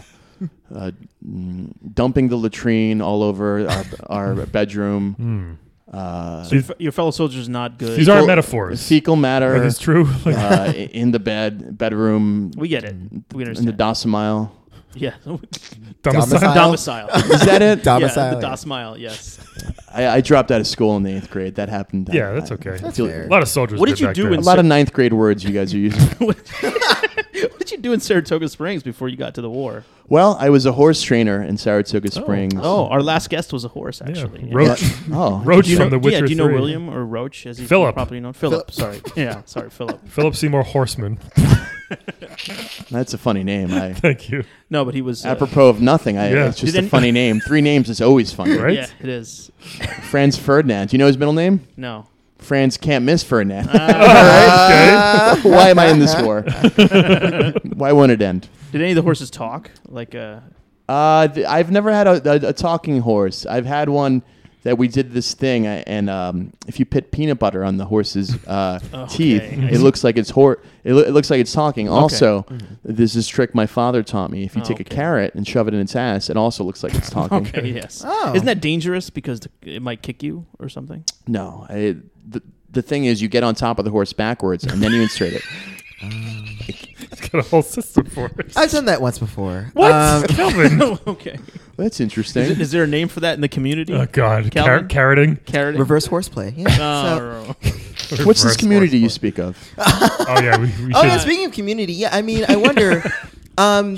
Speaker 5: uh, mm, dumping the latrine all over our,
Speaker 4: <laughs>
Speaker 5: our bedroom.
Speaker 1: Hmm.
Speaker 5: Uh,
Speaker 4: So your, f- your fellow soldier's not good.
Speaker 1: These aren't
Speaker 5: Well,
Speaker 1: metaphors.
Speaker 5: fecal matter
Speaker 1: That is true. <laughs> Like,
Speaker 5: uh, i- in the bed, bedroom,
Speaker 4: we get it. We
Speaker 5: Mm, in
Speaker 4: understand.
Speaker 5: the docile.
Speaker 4: <laughs> yeah,
Speaker 1: domicile.
Speaker 3: domicile.
Speaker 5: <laughs>
Speaker 4: domicile.
Speaker 5: Is that it?
Speaker 4: Yeah,
Speaker 3: domicile.
Speaker 4: the domicile. Yes. <laughs>
Speaker 5: I, I dropped out of school in the eighth grade. That happened.
Speaker 1: Yeah,
Speaker 5: I-
Speaker 1: that's
Speaker 5: I-
Speaker 1: okay.
Speaker 5: I
Speaker 3: That's
Speaker 5: feel-
Speaker 3: fair.
Speaker 1: A lot of soldiers.
Speaker 4: What did you
Speaker 1: back
Speaker 4: do
Speaker 1: then.
Speaker 4: in
Speaker 5: A lot of ninth grade words you guys
Speaker 1: <laughs>
Speaker 5: are using.
Speaker 4: what what did you do in Saratoga Springs before you got to the war?
Speaker 5: well, I was a horse trainer in Saratoga Springs.
Speaker 4: Oh, our last guest was a horse,
Speaker 1: Yeah.
Speaker 4: actually. Yeah.
Speaker 1: Roach.
Speaker 5: oh,
Speaker 1: <laughs> Roach
Speaker 4: Do you
Speaker 1: from
Speaker 4: know,
Speaker 1: The Witcher
Speaker 4: yeah, do you know
Speaker 1: 3.
Speaker 4: William or Roach? As he's
Speaker 1: Philip.
Speaker 4: properly known. Philip. Sorry. Yeah. Sorry, Philip.
Speaker 1: <laughs> Philip Seymour Horseman.
Speaker 5: that's a funny name.
Speaker 1: <laughs>
Speaker 5: I,
Speaker 1: Thank you.
Speaker 4: No, but he was. uh,
Speaker 5: apropos of nothing, I,
Speaker 1: Yeah.
Speaker 5: it's just
Speaker 4: Did
Speaker 5: a
Speaker 4: any-
Speaker 5: funny name. Three names is always funny.
Speaker 1: Right?
Speaker 4: Yeah, it is.
Speaker 5: Franz Ferdinand. Do you know his middle name?
Speaker 4: No.
Speaker 5: Franz can't miss Ferdinand.
Speaker 1: Ah, okay.
Speaker 5: <laughs> Why am I in this
Speaker 1: <laughs>
Speaker 5: war? Why won't it end?
Speaker 4: Did any of
Speaker 1: Hmm.
Speaker 4: the horses talk? Like, uh,
Speaker 5: Uh, th- I've never had a, a, a talking horse. I've had one that we did this thing, I- and um, if you put peanut butter on the horse's uh,
Speaker 4: <laughs> Okay,
Speaker 5: teeth,
Speaker 4: I
Speaker 5: it
Speaker 4: see. Mm-hmm.
Speaker 5: looks like it's hor- it, loo- it looks like it's talking. Also, there's this trick my father taught me. If you
Speaker 4: Oh,
Speaker 5: take
Speaker 4: okay.
Speaker 5: a carrot and shove it in its ass, it also
Speaker 4: <laughs>
Speaker 5: looks like it's talking.
Speaker 4: okay,
Speaker 1: <laughs>
Speaker 4: yes.
Speaker 3: Oh.
Speaker 4: Isn't that dangerous because the, it might kick you or something?
Speaker 5: No, I, the the thing is, you get on top of the horse backwards, and then you
Speaker 4: <laughs>
Speaker 5: insert it.
Speaker 1: Got a whole system
Speaker 5: <laughs>
Speaker 1: for it.
Speaker 3: I've done that once before.
Speaker 1: What?
Speaker 3: Um,
Speaker 1: <laughs> Kelvin.
Speaker 4: Oh, <laughs> okay.
Speaker 5: That's
Speaker 4: Is, it,
Speaker 5: interesting.
Speaker 4: is there a name for that in the community?
Speaker 1: Oh, God. Car-
Speaker 4: Calvin?
Speaker 1: carroting.
Speaker 4: Carrot.
Speaker 3: reverse horseplay.
Speaker 4: <laughs>
Speaker 3: Yeah.
Speaker 4: Oh,
Speaker 3: So-
Speaker 5: What's this
Speaker 1: Reverse
Speaker 5: community you
Speaker 1: horseplay.
Speaker 5: speak of?
Speaker 1: Oh, yeah.
Speaker 5: <laughs>
Speaker 1: We, we
Speaker 3: oh,
Speaker 1: should.
Speaker 3: yeah, speaking of community, yeah, I mean, I
Speaker 4: <laughs>
Speaker 3: wonder, um,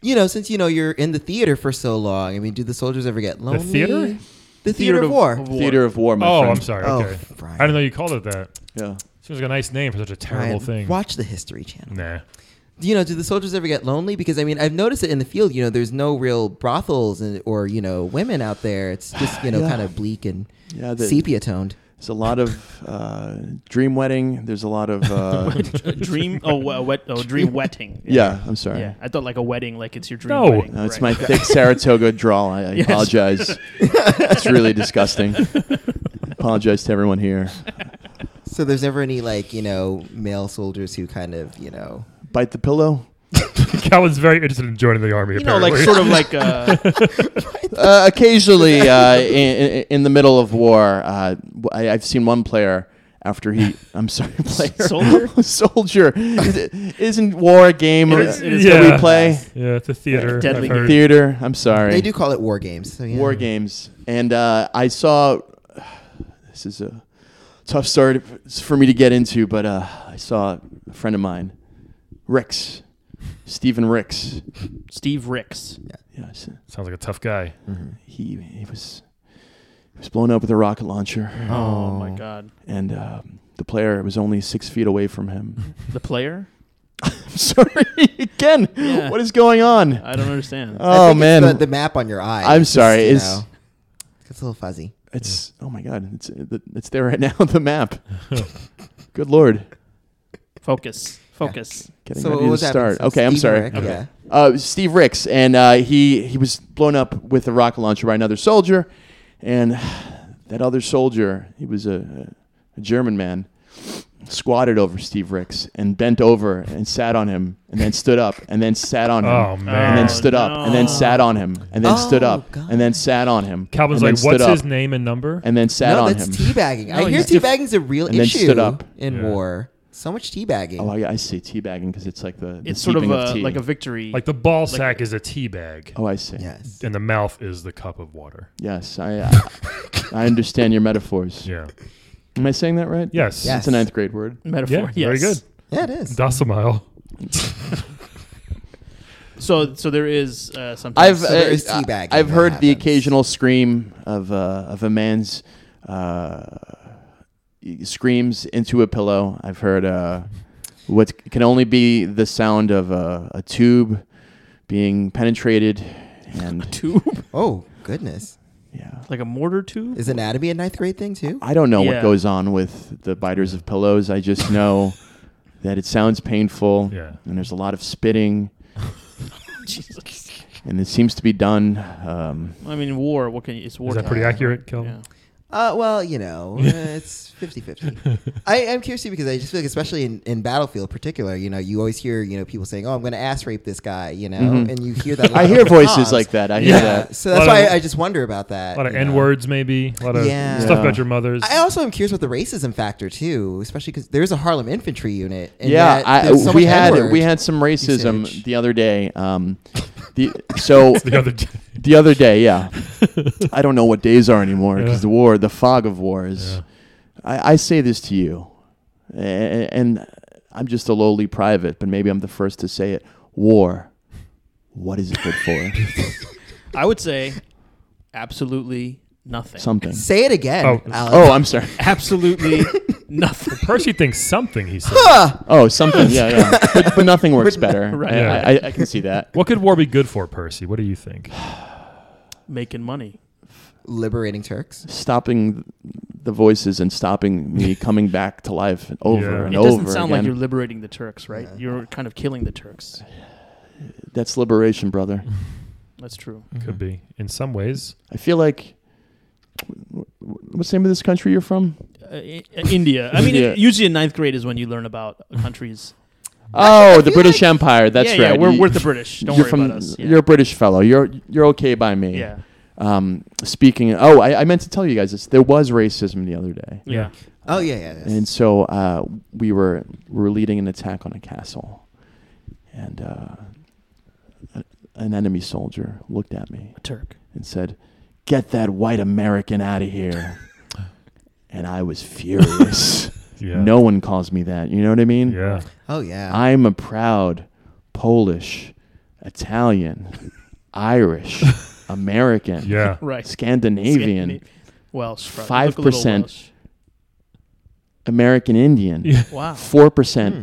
Speaker 3: you know, since you know you're in the theater for so long, I mean, do the soldiers ever get lonely?
Speaker 1: theater?
Speaker 3: The theater, of, war.
Speaker 5: Theater of War, my
Speaker 1: Oh,
Speaker 5: friend.
Speaker 1: I'm sorry.
Speaker 3: Oh,
Speaker 1: Okay. I
Speaker 3: Brian.
Speaker 1: didn't know you called it that.
Speaker 5: Yeah.
Speaker 1: Seems like a nice name for such a terrible
Speaker 3: Brian,
Speaker 1: thing.
Speaker 3: Watch the History Channel.
Speaker 1: Nah. <laughs>
Speaker 3: You know, do the soldiers ever get lonely? Because I mean, I've noticed it in the field. You know, there's no real brothels and, or you know women out there. It's just you know
Speaker 5: Yeah.
Speaker 3: kind of bleak and
Speaker 5: Yeah, the-
Speaker 3: sepia toned.
Speaker 5: There's a lot of uh, dream wedding. There's a lot of
Speaker 4: <laughs>
Speaker 5: uh,
Speaker 4: A dream. Oh, wa- wet. Oh, dream wetting.
Speaker 5: yeah. I'm sorry.
Speaker 4: Yeah, I thought like a wedding, like it's your dream.
Speaker 1: No.
Speaker 4: wedding.
Speaker 5: No, it's
Speaker 4: Right.
Speaker 5: my thick Saratoga drawl. I, I
Speaker 4: Yes.
Speaker 5: apologize. it's really disgusting. apologize to everyone here.
Speaker 3: So there's never any like you know male soldiers who kind of you know.
Speaker 5: Bite the pillow.
Speaker 1: Calvin's very interested in joining the army.
Speaker 4: <laughs> You know, like
Speaker 1: apparently.
Speaker 4: sort of like
Speaker 1: <laughs>
Speaker 4: uh,
Speaker 5: Uh, occasionally, uh, in, in the middle of war, uh, I, I've seen one player. After he, I'm sorry, <laughs> player,
Speaker 4: Soldier?
Speaker 5: soldier, Is it- isn't war a game
Speaker 4: It is- it is
Speaker 5: that
Speaker 1: Yeah.
Speaker 5: we play?
Speaker 1: Yeah, it's a theater.
Speaker 4: Deadly
Speaker 1: I've heard.
Speaker 5: Theater. I'm sorry.
Speaker 3: They do call it war games. So, yeah.
Speaker 5: war games and uh, i saw <sighs> this is a tough story to- for me to get into but uh, i saw a friend of mine ricks stephen ricks
Speaker 4: Steve Ricks.
Speaker 5: yes
Speaker 1: Sounds like a tough guy.
Speaker 5: he, he was he was blown up with a rocket launcher
Speaker 4: Oh, my God,
Speaker 5: and um, the player was only six feet away from
Speaker 3: <laughs>
Speaker 5: him
Speaker 4: the player.
Speaker 5: sorry again
Speaker 4: Yeah.
Speaker 5: what is going on
Speaker 4: I don't understand.
Speaker 3: I
Speaker 5: oh
Speaker 3: think it's
Speaker 5: man
Speaker 3: the, the map on your eye.
Speaker 5: I'm
Speaker 3: It's just,
Speaker 5: sorry,
Speaker 3: you
Speaker 5: it's-
Speaker 3: know, it's a little fuzzy.
Speaker 5: It's oh my god, it's it's there right now.
Speaker 3: <laughs>
Speaker 5: The map. Good lord,
Speaker 4: Focus, focus.
Speaker 5: getting
Speaker 3: So
Speaker 5: ready
Speaker 3: what
Speaker 5: to
Speaker 3: was happening?
Speaker 5: start.
Speaker 3: So
Speaker 5: Okay, I'm
Speaker 3: Steve
Speaker 5: sorry.
Speaker 3: Rick,
Speaker 1: Okay.
Speaker 3: Yeah.
Speaker 5: Uh, Steve Ricks, and uh, he he was blown up with a rocket launcher by another soldier, and <sighs> that other soldier, he was a, a German man, squatted over Steve Ricks and bent over and sat on him, and then stood up, and then sat on him,
Speaker 1: Oh, man.
Speaker 5: and then
Speaker 1: Oh,
Speaker 5: stood up, and then
Speaker 4: no.
Speaker 5: sat on him, and then stood
Speaker 3: Oh,
Speaker 5: up,
Speaker 3: God.
Speaker 5: and then sat on him.
Speaker 1: Calvin's
Speaker 5: and then
Speaker 1: like,
Speaker 5: stood
Speaker 1: what's
Speaker 5: up,
Speaker 1: his name and number?
Speaker 5: And then sat
Speaker 3: no,
Speaker 5: on
Speaker 3: that's
Speaker 5: him.
Speaker 3: teabagging. I
Speaker 4: No,
Speaker 3: hear
Speaker 4: he's diff-
Speaker 3: teabagging's a real
Speaker 5: And then
Speaker 3: issue
Speaker 5: stood up.
Speaker 3: in
Speaker 1: Yeah.
Speaker 3: war. So much teabagging.
Speaker 5: oh, I, I see teabagging because it's like the, the
Speaker 4: It's sort of,
Speaker 5: seeping
Speaker 4: a,
Speaker 5: tea.
Speaker 4: like a victory.
Speaker 1: like the ball
Speaker 4: Like-
Speaker 1: sack is a tea bag,
Speaker 5: Oh, I see.
Speaker 3: yes.
Speaker 1: and the mouth is the cup of water.
Speaker 5: Yes, I, I, I understand your metaphors.
Speaker 1: <laughs>
Speaker 4: <laughs>
Speaker 1: Yeah.
Speaker 5: Am I saying that right?
Speaker 1: Yes.
Speaker 3: Yeah.
Speaker 5: It's a ninth grade
Speaker 3: Mm.
Speaker 5: word.
Speaker 4: metaphor.
Speaker 1: Yeah. Very
Speaker 4: yes.
Speaker 1: good.
Speaker 3: Yeah, it is.
Speaker 1: Docile.
Speaker 4: So so there is uh, something.
Speaker 5: I've
Speaker 3: So there is
Speaker 5: uh,
Speaker 3: teabagging
Speaker 5: I've
Speaker 3: that
Speaker 5: heard the
Speaker 3: happens.
Speaker 5: occasional scream of uh, of a man's uh, screams into a pillow. I've heard uh, what can only be the sound of a, a tube being penetrated,
Speaker 3: <laughs>
Speaker 5: and <laughs>
Speaker 4: tube
Speaker 3: Oh goodness,
Speaker 5: yeah,
Speaker 4: like a mortar tube.
Speaker 3: is anatomy a ninth grade thing too?
Speaker 5: I don't know
Speaker 4: Yeah.
Speaker 5: what goes on with the biters of pillows. I just
Speaker 1: <laughs>
Speaker 5: know that it sounds painful,
Speaker 1: Yeah.
Speaker 5: and there's a lot of
Speaker 3: <laughs>
Speaker 5: spitting,
Speaker 4: Jesus.
Speaker 5: and it seems to be done. Um,
Speaker 4: I mean, war. What can you? It's war.
Speaker 1: Is that pretty accurate, Kel?
Speaker 4: Yeah.
Speaker 3: Uh, well, you
Speaker 5: <laughs>
Speaker 3: know, uh, it's 50-50. I, I'm curious too because I just feel like, especially in, in Battlefield, in particular, you know, you always hear you know people saying, "Oh, I'm going to ass rape this guy," you know,
Speaker 5: Mhm.
Speaker 3: and you hear that. a lot
Speaker 5: <laughs> I hear
Speaker 3: over the
Speaker 5: voices
Speaker 3: comms.
Speaker 5: like that. I hear
Speaker 1: Yeah.
Speaker 5: that.
Speaker 3: So that's
Speaker 1: A lot
Speaker 3: why
Speaker 1: of-
Speaker 3: I just wonder about
Speaker 1: A
Speaker 3: that.
Speaker 1: lot of
Speaker 3: you know.
Speaker 1: N words, maybe. A lot of
Speaker 3: Yeah.
Speaker 1: stuff
Speaker 5: Yeah.
Speaker 1: about your mothers.
Speaker 3: I also am curious about the racism factor too, especially because there's a Harlem infantry unit. And
Speaker 5: yeah,
Speaker 3: yet
Speaker 5: I,
Speaker 3: there's so
Speaker 5: we
Speaker 3: much
Speaker 5: had
Speaker 3: N-word.
Speaker 5: we had some
Speaker 3: <laughs>
Speaker 5: racism
Speaker 3: usage.
Speaker 5: the other day. Um, the
Speaker 3: <laughs>
Speaker 5: so
Speaker 1: the
Speaker 4: <laughs>
Speaker 1: other day.
Speaker 5: the other day, yeah. I don't know what days are anymore because
Speaker 1: Yeah.
Speaker 5: the war, the fog of war is.
Speaker 1: Yeah.
Speaker 5: I, I say this to you, a- a- and I'm just a lowly private, but maybe I'm the first to say it. War, what is it good
Speaker 3: <laughs>
Speaker 5: for?
Speaker 4: I would say absolutely nothing.
Speaker 5: Something.
Speaker 3: Say it again.
Speaker 1: Oh.
Speaker 3: Alex.
Speaker 5: Oh, I'm sorry. <laughs>
Speaker 4: absolutely nothing.
Speaker 1: Percy thinks something he
Speaker 4: <laughs>
Speaker 1: said.
Speaker 5: Oh, something. Yeah, yeah. But, but nothing works better.
Speaker 4: Right.
Speaker 5: I-
Speaker 1: Yeah.
Speaker 5: I, I, I can see that.
Speaker 1: What could war be good for, Percy? What do you think?
Speaker 4: Making money.
Speaker 3: liberating Turks.
Speaker 5: Stopping the voices and stopping
Speaker 1: <laughs>
Speaker 5: me coming back to life over
Speaker 1: Yeah.
Speaker 5: and
Speaker 1: It
Speaker 4: It
Speaker 5: over
Speaker 4: doesn't sound
Speaker 5: again.
Speaker 4: like you're liberating the Turks, right? You're kind of killing the Turks.
Speaker 5: That's liberation, brother.
Speaker 4: That's true.
Speaker 1: Could be in some ways.
Speaker 5: I feel like. What's the name of this country you're from?
Speaker 4: Uh, I- uh, India. I mean,
Speaker 5: India.
Speaker 4: it, usually in ninth grade is when you learn about countries.
Speaker 5: Oh, the British Empire. That's
Speaker 4: yeah,
Speaker 5: right.
Speaker 4: Yeah, we're,
Speaker 5: You-
Speaker 4: we're the British. Don't
Speaker 5: you're
Speaker 4: worry about us. Yeah.
Speaker 5: You're a British fellow. You're you're okay by me.
Speaker 4: yeah.
Speaker 5: Um, speaking. Oh, I, I meant to tell you guys this. There was racism the other day,
Speaker 4: Yeah.
Speaker 3: Oh yeah, yeah. yeah.
Speaker 5: and so uh, we were we were leading an attack on a castle, and uh, a- an enemy soldier looked at me
Speaker 4: A Turk.
Speaker 5: and said, "Get that white American out of
Speaker 1: <laughs>
Speaker 5: here." and I was furious.
Speaker 1: Yeah.
Speaker 5: No one calls me that. You know what I mean?
Speaker 1: Yeah.
Speaker 3: oh yeah.
Speaker 5: I'm a proud Polish,
Speaker 1: <laughs>
Speaker 5: Italian, Irish,
Speaker 4: <laughs>
Speaker 5: American,
Speaker 1: Yeah.
Speaker 4: Right.
Speaker 5: Scandinavian,
Speaker 4: Scandina- Welsh. right. You
Speaker 5: Five
Speaker 4: look a little
Speaker 5: percent.
Speaker 4: Welsh.
Speaker 5: American Indian,
Speaker 4: Wow.
Speaker 5: four percent
Speaker 1: Hmm.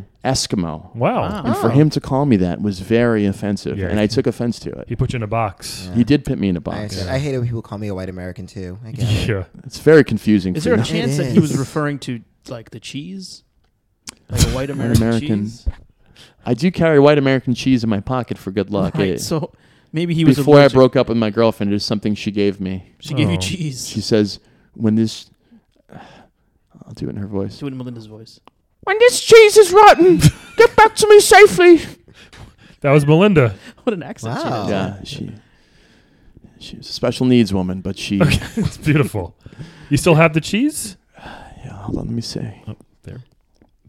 Speaker 1: Wow.
Speaker 5: Eskimo.
Speaker 4: Wow.
Speaker 5: And for
Speaker 3: Oh.
Speaker 5: him to call me that was very offensive,
Speaker 1: Yeah.
Speaker 5: and I took offense to it.
Speaker 1: He put you in a box.
Speaker 5: He did put me in a
Speaker 3: I,
Speaker 5: box.
Speaker 3: understand. I hate it when people call me a white American too. I get
Speaker 1: <laughs> Yeah.
Speaker 3: it.
Speaker 5: It's very confusing.
Speaker 4: Is
Speaker 5: for
Speaker 4: there a
Speaker 5: you.
Speaker 4: chance
Speaker 3: It
Speaker 4: that he was
Speaker 3: is.
Speaker 4: referring to like the cheese, like a white American,
Speaker 5: American.
Speaker 4: cheese?
Speaker 5: I do carry white American cheese in my pocket for good luck.
Speaker 4: Right.
Speaker 5: Eh,
Speaker 4: So maybe he was
Speaker 5: Before I
Speaker 4: allergic.
Speaker 5: broke up with my girlfriend, there's something she gave me.
Speaker 4: She gave you
Speaker 1: Oh.
Speaker 4: cheese.
Speaker 5: She says, "When this," <sighs> I'll do it in her voice.
Speaker 4: Do it in Melinda's voice. <laughs>
Speaker 5: When this cheese is rotten, get back to me safely.
Speaker 1: That was Melinda. <laughs>
Speaker 4: What an accent! she
Speaker 3: Wow.
Speaker 4: has.
Speaker 5: Yeah, she she was a special needs woman, but she
Speaker 1: It's beautiful. you still have the cheese?
Speaker 5: yeah, hold on, let me say.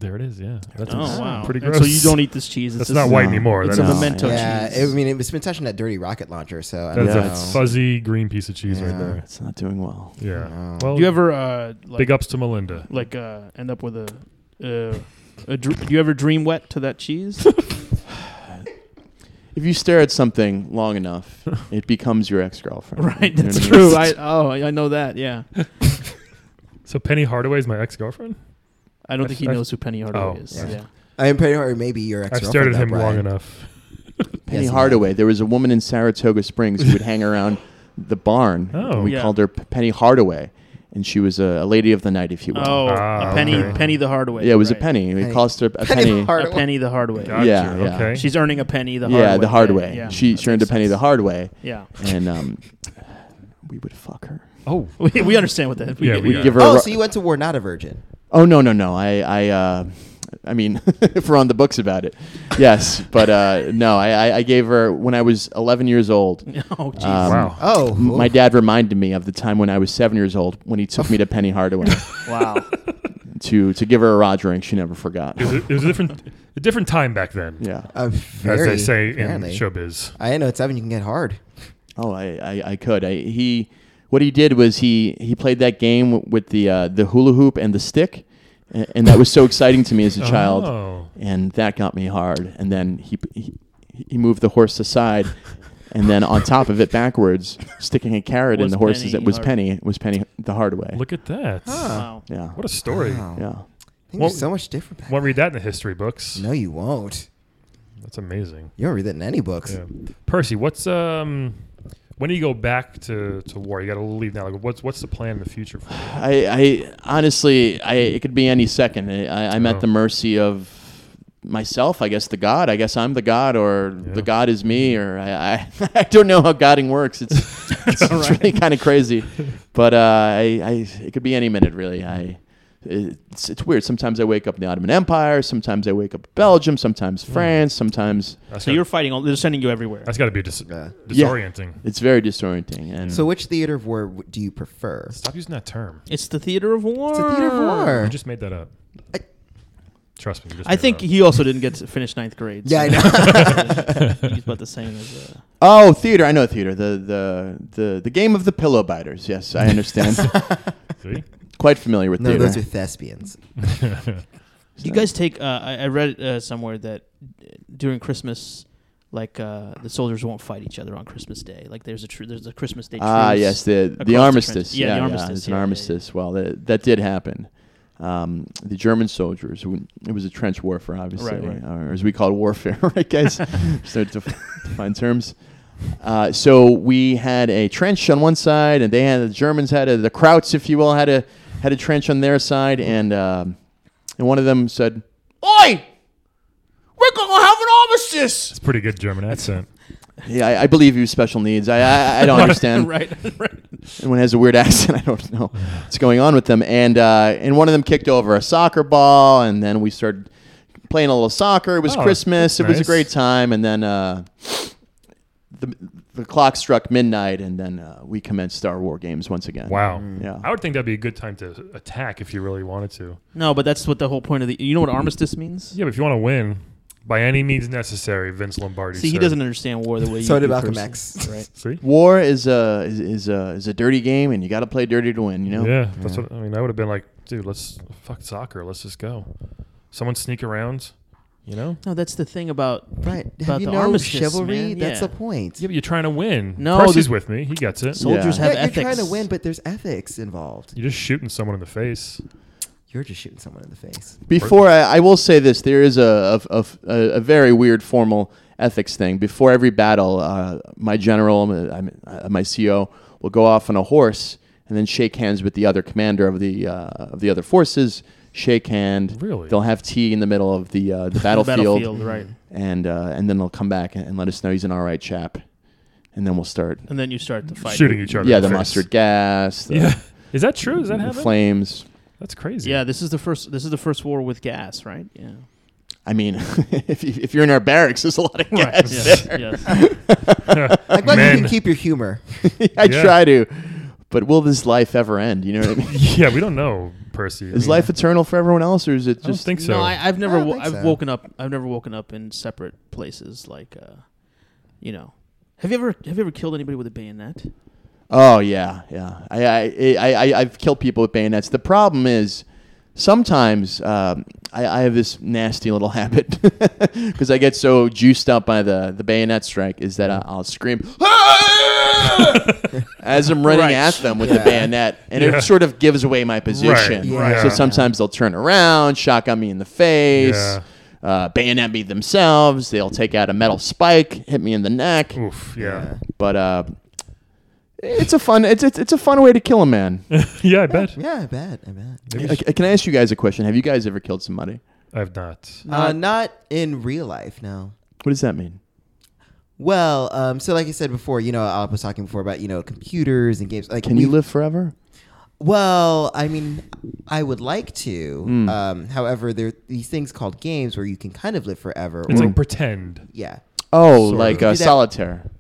Speaker 1: There it is. Yeah. That's
Speaker 4: Oh
Speaker 1: it's
Speaker 4: wow.
Speaker 1: pretty
Speaker 4: And
Speaker 1: gross.
Speaker 4: so you don't eat this cheese. It's
Speaker 1: That's
Speaker 4: this-
Speaker 1: not white
Speaker 5: No.
Speaker 1: anymore.
Speaker 4: It's
Speaker 1: That's,
Speaker 4: a
Speaker 5: No,
Speaker 4: memento
Speaker 3: yeah.
Speaker 4: cheese.
Speaker 3: It, I mean, it's been touching that dirty rocket launcher, so I don't
Speaker 1: that's
Speaker 5: Yeah.
Speaker 1: a
Speaker 3: know.
Speaker 1: fuzzy green piece of cheese
Speaker 3: Yeah.
Speaker 1: right there.
Speaker 5: Uh, It's not doing well.
Speaker 1: Yeah.
Speaker 3: Wow.
Speaker 1: Well,
Speaker 4: do you ever uh, like
Speaker 1: big ups to Melinda.
Speaker 4: like uh, end up with a, uh, a dr- do you ever dream wet to that cheese? <laughs>
Speaker 5: If you stare at something
Speaker 4: <laughs>
Speaker 5: long enough, it becomes your ex girlfriend.
Speaker 4: right, that's true. I oh I know that. Yeah,
Speaker 1: So Penny Hardaway's my ex girlfriend.
Speaker 4: I don't think he
Speaker 1: I've-
Speaker 4: knows who Penny Hardaway
Speaker 1: Oh,
Speaker 4: is.
Speaker 3: yeah.
Speaker 4: Yeah,
Speaker 3: I am pretty sure maybe your ex.
Speaker 1: I've stared at him long enough.
Speaker 5: Penny Hardaway. There was a woman in Saratoga Springs who would hang around the barn.
Speaker 1: Oh.
Speaker 5: and we
Speaker 4: Yeah.
Speaker 5: called her P- Penny Hardaway, and she was a, a lady of the night, if you will.
Speaker 4: Oh,
Speaker 1: Ah,
Speaker 4: a Penny
Speaker 1: okay.
Speaker 4: Penny the Hardaway.
Speaker 5: yeah, it was
Speaker 4: right.
Speaker 5: a penny. We
Speaker 3: Penny-
Speaker 5: called her
Speaker 3: <laughs>
Speaker 5: a
Speaker 3: Penny
Speaker 5: penny.
Speaker 4: A
Speaker 3: Hardaway.
Speaker 4: Penny the Hardaway.
Speaker 1: Gotcha.
Speaker 5: Yeah, yeah.
Speaker 1: Okay.
Speaker 4: She's earning a penny the hard
Speaker 5: yeah,
Speaker 4: way.
Speaker 5: the hard way.
Speaker 4: Yeah.
Speaker 5: She she earned a penny the hard way,
Speaker 4: Yeah. <laughs>
Speaker 5: and um, we would fuck her.
Speaker 1: oh.
Speaker 4: We, we understand what that.
Speaker 1: Yeah,
Speaker 4: get
Speaker 1: we
Speaker 4: it.
Speaker 1: give
Speaker 5: her-
Speaker 3: Oh, so you went to war not a virgin.
Speaker 5: Oh no no no! I I uh, I mean, <laughs> if we're on the books about it, yes. But uh, no, I, I I gave her when I was 11 years old.
Speaker 4: <laughs> Oh, jeez.
Speaker 5: Um,
Speaker 1: Wow.
Speaker 3: Oh,
Speaker 5: m- My dad reminded me of the time when I was seven years old when he took me to Penny Hardaway
Speaker 4: wow.
Speaker 5: <laughs> to to give her a raw drink. She never forgot.
Speaker 1: It was, a, it was a different, a different time back then,
Speaker 5: Yeah.
Speaker 3: A
Speaker 1: as
Speaker 3: very,
Speaker 1: they say
Speaker 3: apparently.
Speaker 1: in showbiz.
Speaker 3: I know at seven you can get hard.
Speaker 5: Oh, I, I, I could. I, he, what he did was he he played that game w- with the uh, the hula hoop and the stick, and, and that was so exciting to me as a child.
Speaker 1: Oh.
Speaker 5: And that got me hard. And then he, he he moved the horse aside, and then on top of it backwards, sticking a carrot in
Speaker 4: Was
Speaker 5: the horse's.
Speaker 4: Penny
Speaker 5: It was
Speaker 4: Hard-
Speaker 5: Penny. Was Penny the hard way?
Speaker 1: Look at that.
Speaker 4: Wow.
Speaker 5: yeah,
Speaker 1: What a story.
Speaker 3: Wow.
Speaker 5: yeah.
Speaker 3: I think
Speaker 1: Well-
Speaker 3: there's so much different. Back
Speaker 1: Won't read that in the history books.
Speaker 3: no, you won't.
Speaker 1: That's amazing.
Speaker 3: You don't read that in any books.
Speaker 1: Yeah. Percy, what's um when do you go back to, to war? You got to leave now. Like, what's what's the plan in the future for you?
Speaker 5: I, I honestly, I it could be any second. I, I'm
Speaker 1: Oh.
Speaker 5: at the mercy of myself. I guess the God. I guess I'm the God, or
Speaker 1: Yeah.
Speaker 5: the God is me, or I, <laughs> I, I don't know how godding
Speaker 1: <laughs>
Speaker 5: works. It's it's, it's really kind of crazy, but uh, I, I it could be any minute really. I. It's, it's weird. Sometimes I wake up in the Ottoman Empire. Sometimes I wake up in Belgium. Sometimes
Speaker 1: Mm.
Speaker 5: France. Sometimes
Speaker 1: That's
Speaker 4: So
Speaker 1: gotta-
Speaker 4: you're fighting. All, they're sending you everywhere.
Speaker 1: that's got to be dis-
Speaker 3: Yeah.
Speaker 1: disorienting.
Speaker 5: it's very disorienting. And
Speaker 3: So, which theater of war w- do you prefer? It's
Speaker 1: Stop using that term.
Speaker 4: It's the theater of war.
Speaker 3: a theater of war.
Speaker 1: You just made that up.
Speaker 3: I-
Speaker 1: Trust me. You just
Speaker 4: I
Speaker 1: made
Speaker 4: think
Speaker 1: that up.
Speaker 4: he also didn't get to finish ninth grade.
Speaker 3: Yeah, I
Speaker 4: <laughs> know. he's about the same as. Uh,
Speaker 5: Oh, theater. I know theater. The the the the game of the pillow biters. Yes, I
Speaker 1: <laughs>
Speaker 5: understand.
Speaker 1: See? <laughs>
Speaker 5: Quite familiar with
Speaker 3: no,
Speaker 5: theater.
Speaker 3: those are thespians.
Speaker 4: do you guys take? Uh, I, I read uh, somewhere that during Christmas, like uh, the soldiers won't fight each other on Christmas Day. Like there's a tr- there's a Christmas Day.
Speaker 5: Ah,
Speaker 4: truce
Speaker 5: yes, the
Speaker 4: across
Speaker 5: the
Speaker 4: trench-
Speaker 5: armistice.
Speaker 4: yeah,
Speaker 5: yeah,
Speaker 4: the
Speaker 5: yeah,
Speaker 4: armistice.
Speaker 5: It's an
Speaker 4: yeah, yeah, yeah.
Speaker 5: armistice. Well, that, that did happen. Um, the German soldiers. w- It was a trench warfare, obviously,
Speaker 4: right.
Speaker 5: or as we call it, warfare, <laughs>
Speaker 4: <laughs>
Speaker 5: right, guys? so to define terms. Uh, so we had a trench on one side, and they had the Germans had a, the Krauts, if you will, had a had a trench on their side, and um, and one of them said, "Oi, we're gonna have an armistice."
Speaker 1: It's pretty good German accent.
Speaker 5: Yeah, I, I believe you special needs. I I,
Speaker 4: <laughs>
Speaker 5: I
Speaker 2: <laughs>
Speaker 5: don't understand.
Speaker 4: right, right.
Speaker 5: Everyone has a weird <laughs> accent. I don't know what's going on with them. And uh, and one of them kicked over a soccer ball, and then we started playing a little soccer. It was
Speaker 1: Oh,
Speaker 5: Christmas. It
Speaker 1: that's
Speaker 5: was a
Speaker 1: nice.
Speaker 5: great time. And then uh, the the clock struck midnight, and then uh, we commenced our war games once again.
Speaker 1: Wow.
Speaker 5: Yeah.
Speaker 1: I would think that'd be a good time to attack if you really wanted to.
Speaker 4: No, but that's what the whole point of the. You know what armistice means?
Speaker 1: Yeah, but if you want to win, by any means necessary, Vince Lombardi.
Speaker 4: See, he
Speaker 1: said.
Speaker 4: doesn't understand war the way.
Speaker 3: So
Speaker 4: you
Speaker 3: did
Speaker 4: do,
Speaker 3: Malcolm
Speaker 4: Percy.
Speaker 3: X.
Speaker 4: Right.
Speaker 1: See?
Speaker 5: War is a is, is a is a dirty game, and you got to play dirty to win. You know.
Speaker 1: Yeah, that's what I mean. I would have been like, dude, let's fuck soccer. Let's just go. Someone sneak around, you know?
Speaker 4: No, that's the thing about
Speaker 3: Right.
Speaker 4: About
Speaker 3: Have you
Speaker 4: the
Speaker 3: no
Speaker 4: armistice,
Speaker 3: chivalry?
Speaker 4: man,
Speaker 3: That's
Speaker 4: yeah.
Speaker 3: the point.
Speaker 1: Yeah, but you're trying to win.
Speaker 4: No,
Speaker 1: Percy's
Speaker 4: there's-
Speaker 1: with me. He gets it.
Speaker 4: soldiers
Speaker 5: Yeah.
Speaker 4: have
Speaker 3: Yeah,
Speaker 4: ethics.
Speaker 3: you're trying to win, but there's ethics involved.
Speaker 1: You're just shooting someone in the face.
Speaker 3: You're just shooting someone in the face.
Speaker 5: Before I, I will say this, there is a a, a, a very weird formal ethics thing. Before every battle, uh, my general, uh, I'm, uh, my CO, will go off on a horse and then shake hands with the other commander of the uh, of the other forces. Shake hand.
Speaker 1: Really?
Speaker 5: They'll have tea in the middle of the uh, the battlefield,
Speaker 3: Mm-hmm.
Speaker 4: battlefield, right.
Speaker 5: And uh, and then they'll come back and, and let us know he's an all right chap, and then we'll start.
Speaker 4: and then you start the fight.
Speaker 1: Shooting each other.
Speaker 5: yeah,
Speaker 1: in
Speaker 5: the
Speaker 1: the face.
Speaker 5: mustard gas, the,
Speaker 1: Yeah. <laughs> Is that true? Does that
Speaker 5: the
Speaker 1: happen?
Speaker 5: flames.
Speaker 1: That's crazy. <laughs>
Speaker 4: Yeah, this is the first. This is the first war with gas, right?
Speaker 3: <laughs>
Speaker 4: Yeah.
Speaker 5: I mean, <laughs> if, you, if you're in our barracks, there's a lot of gas.
Speaker 4: Yes.
Speaker 5: <laughs>
Speaker 4: yes.
Speaker 3: I'm glad you
Speaker 1: Men.
Speaker 3: can keep your humor.
Speaker 5: <laughs> I
Speaker 1: Yeah.
Speaker 5: try to, but will this life ever end? You know what
Speaker 1: <laughs>
Speaker 5: I mean?
Speaker 1: <laughs> Yeah, we don't know, Percy. I
Speaker 5: Is
Speaker 1: mean,
Speaker 5: life eternal for everyone else, or is it
Speaker 1: I don't
Speaker 5: just?
Speaker 1: think so.
Speaker 4: No, I, I've
Speaker 3: I
Speaker 4: never.
Speaker 3: don't
Speaker 4: wo-
Speaker 3: think
Speaker 4: I've
Speaker 3: so.
Speaker 4: woken up. I've never woken up in separate places. Like, uh, you know, have you ever have you ever killed anybody with a bayonet?
Speaker 5: oh yeah, yeah. I, I I I I've killed people with bayonets. The problem is. Sometimes um, I, I have this nasty little <laughs> habit because I get so juiced up by the, the bayonet strike is that I, I'll scream as I'm running
Speaker 4: Right.
Speaker 5: at them with the
Speaker 3: Yeah.
Speaker 5: bayonet, and
Speaker 1: Yeah.
Speaker 5: it sort of gives away my position.
Speaker 3: Right,
Speaker 5: So
Speaker 1: yeah.
Speaker 5: sometimes they'll turn around, shotgun me in the face,
Speaker 1: Yeah.
Speaker 5: uh, bayonet me themselves. They'll take out a metal spike, hit me in the
Speaker 1: <laughs>
Speaker 5: neck.
Speaker 1: Oof. Yeah.
Speaker 5: But uh, it's a fun it's, it's it's a fun way to kill a man. I,
Speaker 1: <laughs> Yeah, I bet.
Speaker 3: Yeah, I bet. I bet.
Speaker 1: Maybe
Speaker 5: I- can I ask you guys a question? Have you guys ever killed somebody?
Speaker 1: I've not.
Speaker 3: Uh, not in real life, no.
Speaker 5: What does that mean?
Speaker 3: Well, um, so like I said before, you know, I was talking before about you know computers and games. Like,
Speaker 5: Can you
Speaker 3: we've-
Speaker 5: live forever?
Speaker 3: Well, I mean, I would like to.
Speaker 1: Hmm.
Speaker 3: Um, however, there are these things called games where you can kind of live forever.
Speaker 1: It's
Speaker 3: or-
Speaker 1: like pretend.
Speaker 3: yeah,
Speaker 5: Oh,
Speaker 1: Sort
Speaker 5: like
Speaker 1: of.
Speaker 5: uh,
Speaker 3: Do that-
Speaker 5: solitaire.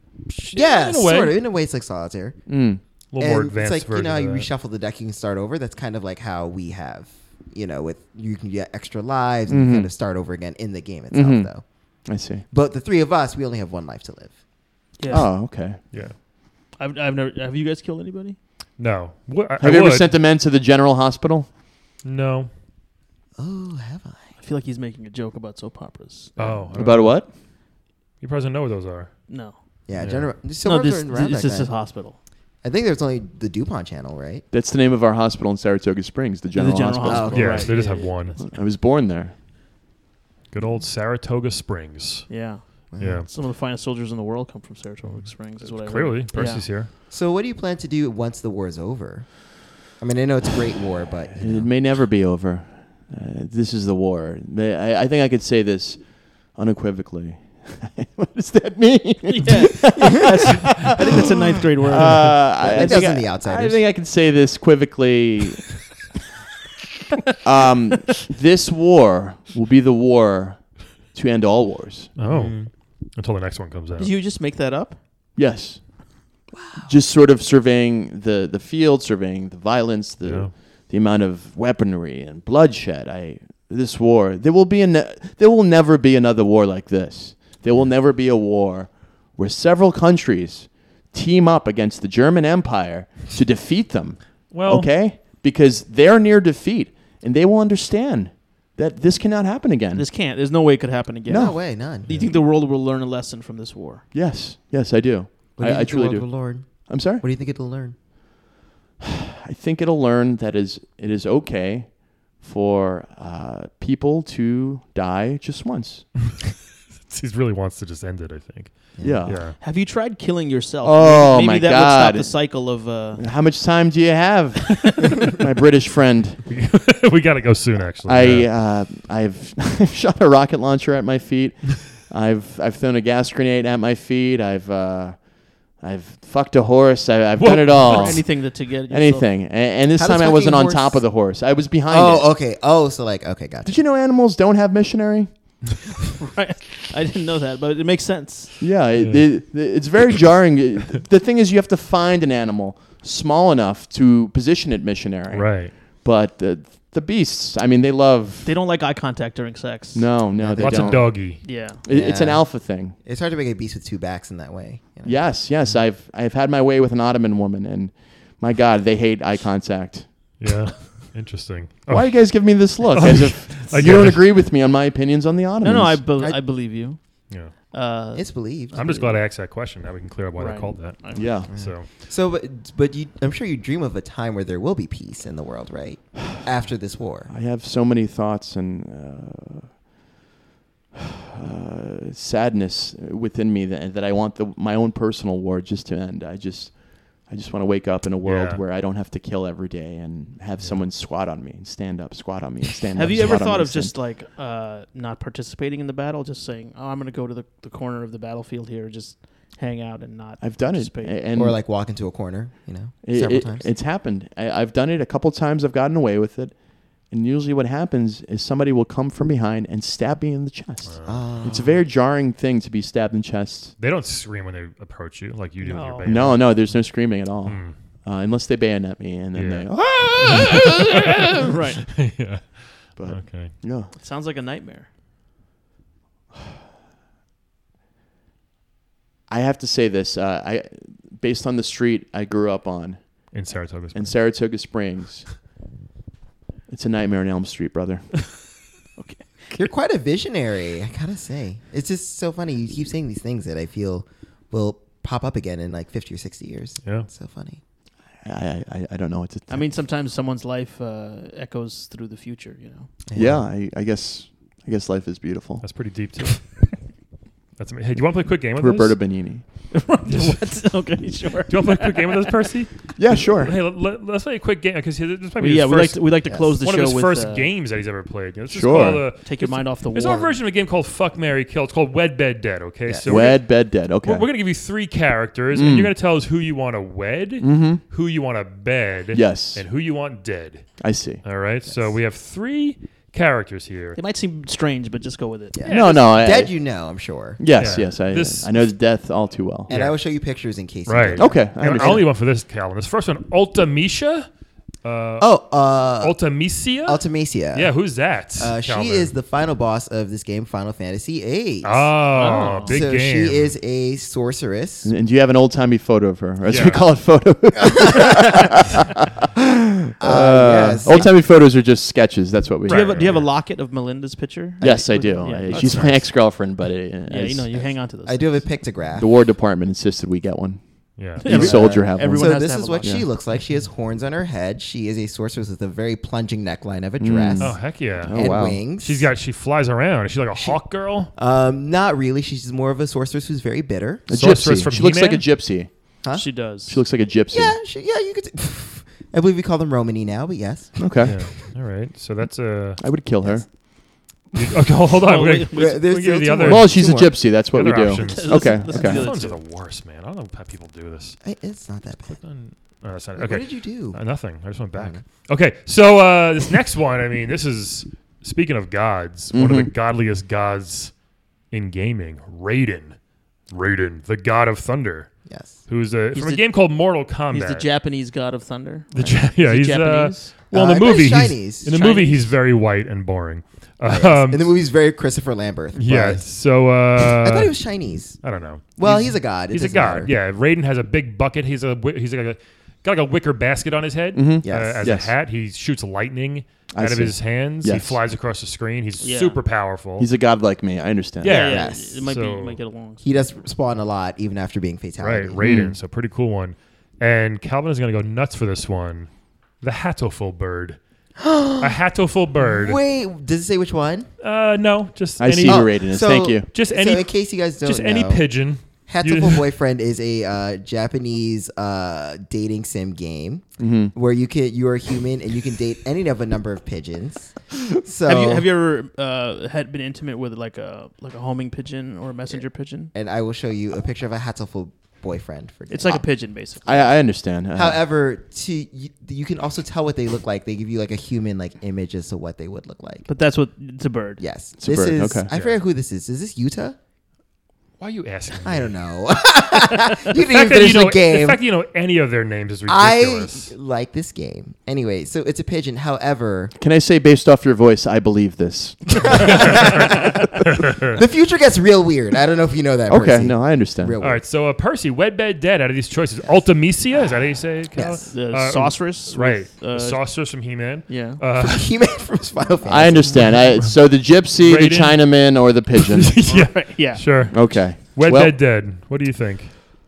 Speaker 3: yeah,
Speaker 1: in a way.
Speaker 3: sort of. In a way, it's like solitaire.
Speaker 5: Mm.
Speaker 1: A little more
Speaker 3: And
Speaker 1: advanced
Speaker 3: it's like you
Speaker 1: version.
Speaker 3: know, how you
Speaker 1: of that.
Speaker 3: reshuffle the deck, you can start over. That's kind of like how we have, you know, with you can get extra lives and you kind of start over again in the game itself,
Speaker 5: Mhm.
Speaker 3: though.
Speaker 5: I see.
Speaker 3: But the three of us, we only have one life to live.
Speaker 4: Yeah.
Speaker 5: Oh, okay.
Speaker 1: Yeah.
Speaker 4: I've, I've never. Have you guys killed anybody?
Speaker 1: No. What, I,
Speaker 5: Have
Speaker 1: I
Speaker 5: you ever
Speaker 1: would.
Speaker 5: sent a man to the general hospital?
Speaker 1: No.
Speaker 3: Oh, have I?
Speaker 4: I feel like he's making a joke about soap operas.
Speaker 1: Oh. I don't
Speaker 5: About what?
Speaker 1: You probably don't know what those are.
Speaker 4: No.
Speaker 3: Yeah,
Speaker 1: Yeah.
Speaker 3: general. So
Speaker 4: no, this,
Speaker 3: around
Speaker 4: this,
Speaker 3: that
Speaker 4: this
Speaker 3: time.
Speaker 4: is hospital.
Speaker 3: I think there's only the DuPont channel, right?
Speaker 5: That's the name of our hospital in Saratoga Springs, the General,
Speaker 4: General
Speaker 5: Hospital.
Speaker 4: Hospital.
Speaker 1: Yeah,
Speaker 4: right,
Speaker 1: they just
Speaker 4: yeah,
Speaker 1: have
Speaker 4: yeah.
Speaker 1: one.
Speaker 5: I was born there.
Speaker 1: Good old Saratoga Springs.
Speaker 4: Yeah.
Speaker 3: Mm-hmm.
Speaker 1: Yeah.
Speaker 4: Some of the finest soldiers in the world come from Saratoga Springs. Is what I heard.
Speaker 1: Clearly,
Speaker 4: Yeah.
Speaker 1: Percy's here.
Speaker 3: So what do you plan to do once the war is over? I mean, I know it's a great war, but you
Speaker 5: It <laughs>
Speaker 3: know.
Speaker 5: may never be over. Uh, this is the war. They- I, I think I could say this unequivocally. <laughs> what does that mean?
Speaker 4: <laughs> Yeah. I think that's a ninth grade word.
Speaker 5: Uh, I, I
Speaker 3: That
Speaker 5: think
Speaker 3: doesn't
Speaker 5: I-
Speaker 3: The Outsiders.
Speaker 5: I think I can say
Speaker 3: <laughs>
Speaker 5: this quivocally. um, this war will be the war to end all wars.
Speaker 1: Oh, until the next one comes out.
Speaker 4: Did you just make that up?
Speaker 5: Yes. Just sort of surveying the, the field, surveying the violence, the
Speaker 1: Yeah.
Speaker 5: the amount of weaponry and bloodshed. I this war there will be an, there will never be another war like this. There will never be a war where several countries team up against the German Empire to defeat them.
Speaker 1: Well-
Speaker 5: okay, because they're near defeat and they will understand that this cannot happen again.
Speaker 4: This can't. There's no way it could happen again.
Speaker 3: no way, none.
Speaker 4: Do you think the world will learn a lesson from this war?
Speaker 5: yes, yes, I do.
Speaker 3: What do you
Speaker 5: I, I
Speaker 3: think the
Speaker 5: truly
Speaker 3: world
Speaker 5: do.
Speaker 3: will learn?
Speaker 5: I'm sorry.
Speaker 3: What do you think it'll learn?
Speaker 5: I think it'll learn that is it is okay for uh, people to die just once.
Speaker 1: <laughs> he really wants to just end it, I think.
Speaker 3: Mm-hmm.
Speaker 5: Yeah.
Speaker 1: Yeah.
Speaker 4: Have you tried killing yourself?
Speaker 5: Oh,
Speaker 4: maybe
Speaker 5: my
Speaker 4: that would stop
Speaker 5: God.
Speaker 4: the cycle of. Uh,
Speaker 5: How much time do you
Speaker 3: <laughs>
Speaker 5: have, my British friend?
Speaker 1: <laughs> we got to go soon, actually.
Speaker 5: I
Speaker 1: Yeah.
Speaker 5: uh, I've <laughs> shot a rocket launcher at my feet. I've I've thrown a gas grenade at my feet. I've uh, I've fucked a horse. I, I've done
Speaker 1: Whoa.
Speaker 5: it all.
Speaker 4: anything that to get yourself-
Speaker 5: Oh. Anything. A- And, this
Speaker 3: How does
Speaker 5: time I
Speaker 3: fucking
Speaker 5: wasn't on
Speaker 3: horse-
Speaker 5: top of the horse. I was behind it.
Speaker 3: Oh, okay. Oh, so like, okay, gotcha.
Speaker 5: Did you know animals don't have missionary?
Speaker 4: <laughs> Right. I didn't know that, but it makes sense.
Speaker 5: Yeah, it, it, it's very jarring. the thing is, you have to find an animal small enough to position it
Speaker 4: uh,
Speaker 5: missionary.
Speaker 1: right.
Speaker 5: But the, the beasts, I mean, they love.
Speaker 4: They don't like eye contact during sex.
Speaker 5: no, no, they
Speaker 1: Lots
Speaker 5: don't.
Speaker 1: of doggy.
Speaker 4: Yeah.
Speaker 5: It- It's an
Speaker 3: Yeah.
Speaker 5: alpha thing.
Speaker 3: It's hard to make a beast with two backs in that way. you know?
Speaker 5: Yes, yes. I've I've had my way with an Ottoman woman, and my God, they hate eye contact.
Speaker 4: <laughs>
Speaker 1: Yeah. Interesting. Oh,
Speaker 5: Why do you guys give me this
Speaker 1: <laughs>
Speaker 5: look
Speaker 1: Oh,
Speaker 5: as if
Speaker 1: I
Speaker 5: you
Speaker 1: get
Speaker 5: don't
Speaker 1: it.
Speaker 5: agree with me on my opinions on the
Speaker 4: No,
Speaker 5: Ottomans?
Speaker 4: no, I, bel
Speaker 3: I-
Speaker 4: I believe you.
Speaker 1: yeah.
Speaker 4: Uh,
Speaker 3: It's believed.
Speaker 1: I'm just glad I asked that question. Now we can clear up why
Speaker 4: Right.
Speaker 1: they called that.
Speaker 5: yeah.
Speaker 1: So,
Speaker 3: So, but, but you, I'm sure you dream of a time where there will be peace in the world, right?
Speaker 5: <sighs>
Speaker 3: After this war.
Speaker 5: I have so many thoughts and uh, <sighs> uh, sadness within me that, that I want the, my own personal war just to end. I just I just want to wake up in a world
Speaker 1: Yeah.
Speaker 5: where I don't have to kill every day and have someone squat on me and stand up, squat on me and stand
Speaker 4: <laughs>
Speaker 5: up.
Speaker 4: have you ever
Speaker 5: squat on me
Speaker 4: thought
Speaker 5: and
Speaker 4: of
Speaker 5: stand-
Speaker 4: just like uh, not participating in the battle, just saying, "Oh, I'm going to go to the, the corner of the battlefield here, just hang out and
Speaker 5: <laughs>
Speaker 4: not." <laughs>
Speaker 5: I've done it,
Speaker 4: participate?"
Speaker 5: a- and
Speaker 3: or like walk into a corner, you know,
Speaker 5: it-
Speaker 3: several
Speaker 5: it-
Speaker 3: times.
Speaker 5: it's happened. I, I've done it a couple times. I've gotten away with it, and usually what happens is somebody will come from behind and stab me in the chest.
Speaker 3: Ah.
Speaker 5: It's a very jarring thing to be stabbed in the chest.
Speaker 1: they don't scream when they approach you like you do with your
Speaker 4: No.
Speaker 1: baby.
Speaker 5: No, no, there's no screaming at all.
Speaker 4: <laughs>
Speaker 1: Mm.
Speaker 5: Uh, unless they bayonet me and then
Speaker 1: Yeah.
Speaker 5: they. "Ah!"
Speaker 4: right.
Speaker 1: <laughs> yeah.
Speaker 5: But
Speaker 1: Okay.
Speaker 5: yeah,
Speaker 4: It sounds like a nightmare.
Speaker 5: I have to say this. Uh, I, based on the street I grew up on
Speaker 1: In Saratoga. Springs.
Speaker 5: in Saratoga Springs, it's a nightmare on Elm
Speaker 1: <laughs>
Speaker 5: Street, brother.
Speaker 3: You're quite a visionary, I gotta say. It's just so funny. You keep saying these things that I feel will pop up again in like 50 or 60 years.
Speaker 1: Yeah.
Speaker 3: It's so funny.
Speaker 5: I, I, I- I don't know what to.
Speaker 4: I mean, sometimes someone's life uh, echoes through the future. You
Speaker 5: <laughs>
Speaker 4: know. <laughs>
Speaker 5: yeah, I, I guess I guess life is beautiful.
Speaker 1: That's pretty deep, too. <laughs> That's amazing. Hey, do you want to play a quick game with
Speaker 5: Roberta
Speaker 1: us?
Speaker 5: Benini.
Speaker 1: <laughs>
Speaker 4: what? Okay, sure.
Speaker 1: Do you want to play a quick game with us,
Speaker 4: <laughs>
Speaker 1: Percy?
Speaker 5: Yeah, sure.
Speaker 1: Hey, let, let, let's play a quick game because this might be
Speaker 4: yeah,
Speaker 1: his
Speaker 4: we like
Speaker 1: first,
Speaker 4: to, we like to
Speaker 3: Yes.
Speaker 4: close the
Speaker 1: one
Speaker 4: show
Speaker 1: of his
Speaker 4: with
Speaker 1: first
Speaker 4: uh,
Speaker 1: games that he's ever played. Let's just
Speaker 5: Sure.
Speaker 1: call the-
Speaker 4: Take your mind off the
Speaker 1: There's our
Speaker 4: war.
Speaker 1: version of a game called Fuck Mary Kill. It's called Wed Bed Dead. Okay, so we're
Speaker 5: Wed, bed, dead. Okay.
Speaker 1: We're, we're going to give you three characters,
Speaker 3: Mm.
Speaker 1: and you're going to tell us who you want to wed,
Speaker 3: Mm-hmm.
Speaker 1: who you want to bed,
Speaker 5: Yes.
Speaker 1: and who you want dead.
Speaker 5: I see.
Speaker 1: All right. So we have three characters here.
Speaker 4: It might seem strange, but just go with it.
Speaker 3: Yeah.
Speaker 5: no, no. I,
Speaker 3: Dead, you know, I'm sure.
Speaker 5: Yes,
Speaker 1: Yeah.
Speaker 5: yes. I
Speaker 1: This-
Speaker 5: I know death all too well.
Speaker 3: And
Speaker 1: Yeah.
Speaker 3: I will show you pictures in case.
Speaker 1: Right.
Speaker 3: You don't.
Speaker 5: Okay. I
Speaker 1: I'll
Speaker 5: understand.
Speaker 1: leave one for this, Calvin. This first one, Alta Misha Uh,
Speaker 3: Oh, uh,
Speaker 1: Ultimisia?
Speaker 3: Ultimacia.
Speaker 1: yeah, who's that?
Speaker 3: Uh, she
Speaker 1: Calvin?
Speaker 3: is the final boss of this game, Final Fantasy VIII.
Speaker 1: Oh,
Speaker 4: Oh.
Speaker 1: big
Speaker 3: so
Speaker 1: game.
Speaker 3: she is a sorceress.
Speaker 5: And, and do you have an old timey photo of her? As
Speaker 1: Yeah.
Speaker 5: we call it, photo. oh,
Speaker 3: Uh, yes.
Speaker 5: Old timey photos are just sketches. That's what we.
Speaker 1: Do
Speaker 4: Do you have a,
Speaker 1: Right,
Speaker 4: do you have a
Speaker 1: right.
Speaker 4: locket of Melinda's picture?
Speaker 5: Yes, I
Speaker 4: With-
Speaker 5: do.
Speaker 4: yeah,
Speaker 5: I-
Speaker 4: that's
Speaker 5: she's my
Speaker 4: nice.
Speaker 5: ex girlfriend, but it,
Speaker 4: Yeah, you know, you hang on to those.
Speaker 3: I do have a pictograph.
Speaker 5: the War Department insisted we get one.
Speaker 3: <laughs>
Speaker 1: yeah.
Speaker 5: Each soldier have
Speaker 4: everyone-
Speaker 3: so
Speaker 5: one.
Speaker 4: has to
Speaker 3: this
Speaker 4: have
Speaker 3: is
Speaker 4: a
Speaker 3: what
Speaker 5: locket.
Speaker 3: she
Speaker 5: Yeah.
Speaker 3: looks like. She has horns on her head. She is a sorceress with a very plunging neckline
Speaker 5: Mm.
Speaker 3: of a dress
Speaker 1: Oh, heck yeah.
Speaker 5: Oh,
Speaker 3: and
Speaker 5: wow.
Speaker 3: wings.
Speaker 1: She's got, she flies around. Is she like a hawk girl?
Speaker 3: Um, not really. She's just more of a sorceress who's very bitter.
Speaker 5: A
Speaker 1: Sorceress
Speaker 5: gypsy.
Speaker 1: from
Speaker 5: she looks like a
Speaker 1: He-Man?
Speaker 5: gypsy.
Speaker 3: Huh?
Speaker 4: She does.
Speaker 5: She looks like a gypsy.
Speaker 3: Yeah, she, yeah, you could. s- <laughs> I believe we call them Romany now, but yes.
Speaker 5: Okay.
Speaker 1: Yeah. All right. So that's a. <laughs>
Speaker 5: I would kill her.
Speaker 1: Okay, hold on.
Speaker 4: Oh,
Speaker 1: We're gonna,
Speaker 4: wait, wait,
Speaker 1: we're gonna
Speaker 3: there's
Speaker 1: give you the
Speaker 3: still two
Speaker 1: other.
Speaker 3: more.
Speaker 5: Well, she's a
Speaker 3: Two more.
Speaker 5: gypsy. That's what we
Speaker 1: Other
Speaker 5: do. <laughs>
Speaker 1: options.
Speaker 4: Let's-
Speaker 5: Okay.
Speaker 4: let's do
Speaker 5: Okay.
Speaker 4: the
Speaker 1: Phones are the <laughs> worst, man. I don't know how people do this.
Speaker 3: I, it's not that bad.
Speaker 1: Done. Oh, that's not,
Speaker 3: What
Speaker 1: okay.
Speaker 3: did you do?
Speaker 1: Uh, nothing. I just went back.
Speaker 3: Okay.
Speaker 1: Mm-hmm. Okay. So uh, this next one, I mean, this is speaking of gods, one of the
Speaker 5: Mhm.
Speaker 1: godliest gods in gaming, Raiden. Raiden, the god of thunder,
Speaker 3: Yes.
Speaker 1: who's a, from a
Speaker 4: the-
Speaker 1: game called Mortal Kombat.
Speaker 4: He's the Japanese god of thunder.
Speaker 1: <laughs> The Ja- yeah,
Speaker 4: he
Speaker 1: he's, uh,
Speaker 4: Japanese?
Speaker 1: well,
Speaker 3: Uh,
Speaker 1: in the
Speaker 3: no,
Speaker 1: movie,
Speaker 3: he's
Speaker 1: he's-
Speaker 3: Chinese.
Speaker 1: in the movie,
Speaker 4: Chinese.
Speaker 1: he's very white and boring. Um,
Speaker 3: And the movie's very Christopher Lambert. but
Speaker 1: yeah. So uh,
Speaker 3: <laughs> I thought he was Chinese.
Speaker 1: I don't know.
Speaker 3: Well, he's, a god. It
Speaker 1: he's a
Speaker 3: doesn't
Speaker 1: god.
Speaker 3: matter.
Speaker 1: Yeah, Raiden has a big bucket. He's a wi- he's like a got like a wicker basket on his head uh, as
Speaker 3: Yes.
Speaker 5: Mm-hmm. Yes.
Speaker 1: a hat. He shoots lightning
Speaker 5: I
Speaker 1: out of
Speaker 5: see.
Speaker 1: his hands. He
Speaker 5: Yes.
Speaker 1: flies across the screen. He's
Speaker 4: Yeah.
Speaker 1: super powerful.
Speaker 5: He's a god like me. I understand.
Speaker 1: Yeah.
Speaker 4: yeah,
Speaker 3: Yes.
Speaker 4: it might be
Speaker 1: So-
Speaker 4: might get along.
Speaker 3: He does spawn a lot, even after being
Speaker 1: right,
Speaker 3: fatality.
Speaker 5: Mm-hmm.
Speaker 1: Raiden. So pretty cool one. And Calvin is going to go nuts for this one. The hatoful
Speaker 5: <gasps>
Speaker 1: bird. a hatoful bird.
Speaker 3: Wait, does it say which one? Oh,
Speaker 1: Uh, no, just
Speaker 5: I
Speaker 1: any
Speaker 5: see who Raiden is.
Speaker 3: so-
Speaker 5: Thank you.
Speaker 1: just any
Speaker 3: so, in case you guys don't
Speaker 1: just any
Speaker 3: know,
Speaker 1: pigeon. You- <laughs>
Speaker 3: Hatsuko Boyfriend is a uh, Japanese uh, dating sim game
Speaker 4: Mm-hmm.
Speaker 3: where you can you are a human and you can date any of a number of
Speaker 4: <laughs>
Speaker 3: pigeons. So
Speaker 4: Have you have you ever uh, had been intimate with like a like a homing pigeon or a messenger pigeon?
Speaker 3: and I will show you a picture of a Hatsuko boyfriend. For
Speaker 4: It's
Speaker 3: example.
Speaker 4: like a pigeon, basically.
Speaker 5: I, I understand. Uh,
Speaker 3: However, to you, you can also tell what they look like. They give you like a human like image as to what they would look like.
Speaker 4: But that's what it's a bird.
Speaker 3: Yes,
Speaker 5: a
Speaker 3: this
Speaker 5: bird,
Speaker 3: is.
Speaker 5: okay.
Speaker 3: I forget who this is. Is this Utah?
Speaker 1: Why are you asking? me?
Speaker 3: I don't know. <laughs> you
Speaker 1: The fact
Speaker 3: didn't even
Speaker 1: that you
Speaker 3: finish
Speaker 1: know,
Speaker 3: the game.
Speaker 1: The fact that you know any of their names is
Speaker 3: I
Speaker 1: ridiculous.
Speaker 3: like this game. Anyway, so it's a pigeon. However,
Speaker 5: Can I say, based off your voice, I believe this?
Speaker 3: the future gets real weird. I don't know if you know that.
Speaker 5: Okay,
Speaker 3: Percy.
Speaker 5: no, I understand.
Speaker 3: Real
Speaker 1: All right, so uh, Percy, Wedbed Dead. Out of these choices, Ultimisia is that how you say? it, Cal?
Speaker 3: Yes.
Speaker 4: The
Speaker 1: Uh,
Speaker 4: sorceress,
Speaker 1: Right,
Speaker 4: with,
Speaker 1: the
Speaker 4: uh,
Speaker 1: sorceress from He-Man.
Speaker 4: yeah. <laughs>
Speaker 1: Uh, <laughs>
Speaker 3: <laughs> He made from Final Fantasy.
Speaker 5: I understand. I, so the gypsy, the
Speaker 1: Raiden.
Speaker 5: Chinaman, or
Speaker 1: <laughs>
Speaker 5: the pigeon?
Speaker 1: yeah,
Speaker 4: yeah.
Speaker 1: sure.
Speaker 5: Okay.
Speaker 1: Wed
Speaker 5: well,
Speaker 1: Dead Dead. What do you think?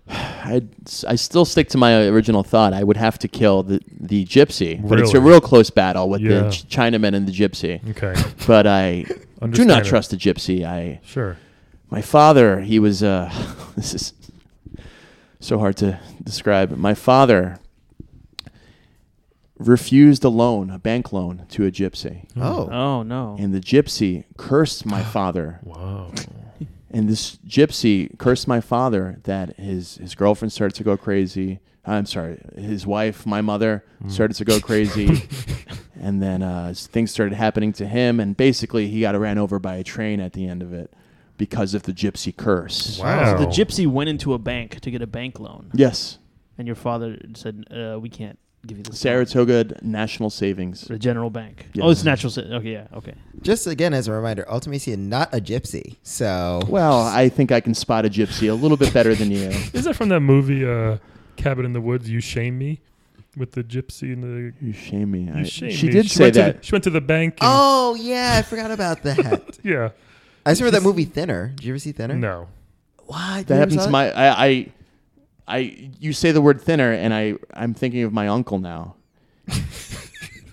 Speaker 5: I'd, I still stick to my original thought. I would have to kill the, the gypsy, but it's a
Speaker 1: Really?
Speaker 5: real close battle with
Speaker 1: Yeah.
Speaker 5: the Ch- Chinaman and the gypsy.
Speaker 1: Okay, <laughs>
Speaker 5: But I do
Speaker 1: Understand
Speaker 5: not
Speaker 1: it.
Speaker 5: trust the gypsy. I
Speaker 1: sure.
Speaker 5: my father he was uh <laughs> this is so hard to describe my father refused a loan a bank loan to a gypsy
Speaker 3: Oh,
Speaker 4: Oh no.
Speaker 5: and the gypsy
Speaker 1: <gasps>
Speaker 5: cursed my father
Speaker 1: Wow.
Speaker 5: and this gypsy cursed my father that his his girlfriend started to go crazy i'm sorry his wife my mother
Speaker 1: Mm.
Speaker 5: started
Speaker 1: <laughs>
Speaker 5: to go crazy and then uh, s- things started happening to him and basically he got ran over by a train at the end of it because of the gypsy curse
Speaker 1: Wow.
Speaker 4: The gypsy went into a bank to get a bank loan,
Speaker 5: Yes,
Speaker 4: and your father said, uh, "We can't give you this." loan."
Speaker 5: Saratoga National Savings.
Speaker 4: The general bank.
Speaker 5: Yes.
Speaker 4: Oh, it's natural. sa- Okay, yeah, okay.
Speaker 3: just again as a reminder, Ultimacia not a gypsy. So
Speaker 5: Well, I think I can spot a gypsy a little bit better than you.
Speaker 1: Is that from that movie uh, Cabin in the Woods? You shame me with the gypsy and the.
Speaker 5: You shame me. I-
Speaker 1: You shame
Speaker 5: she
Speaker 1: me.
Speaker 5: did say
Speaker 1: went to
Speaker 5: that.
Speaker 1: the- she went to the bank. and-
Speaker 3: Oh yeah, I forgot about
Speaker 5: <laughs>
Speaker 3: that.
Speaker 1: yeah.
Speaker 3: I just remember that movie Thinner. Did you ever see Thinner?
Speaker 1: No.
Speaker 3: Why? You
Speaker 5: that
Speaker 3: never
Speaker 5: happened
Speaker 3: saw
Speaker 5: to
Speaker 3: it?
Speaker 5: my. I, I, I. You say the word thinner, and I. I'm thinking of my uncle now.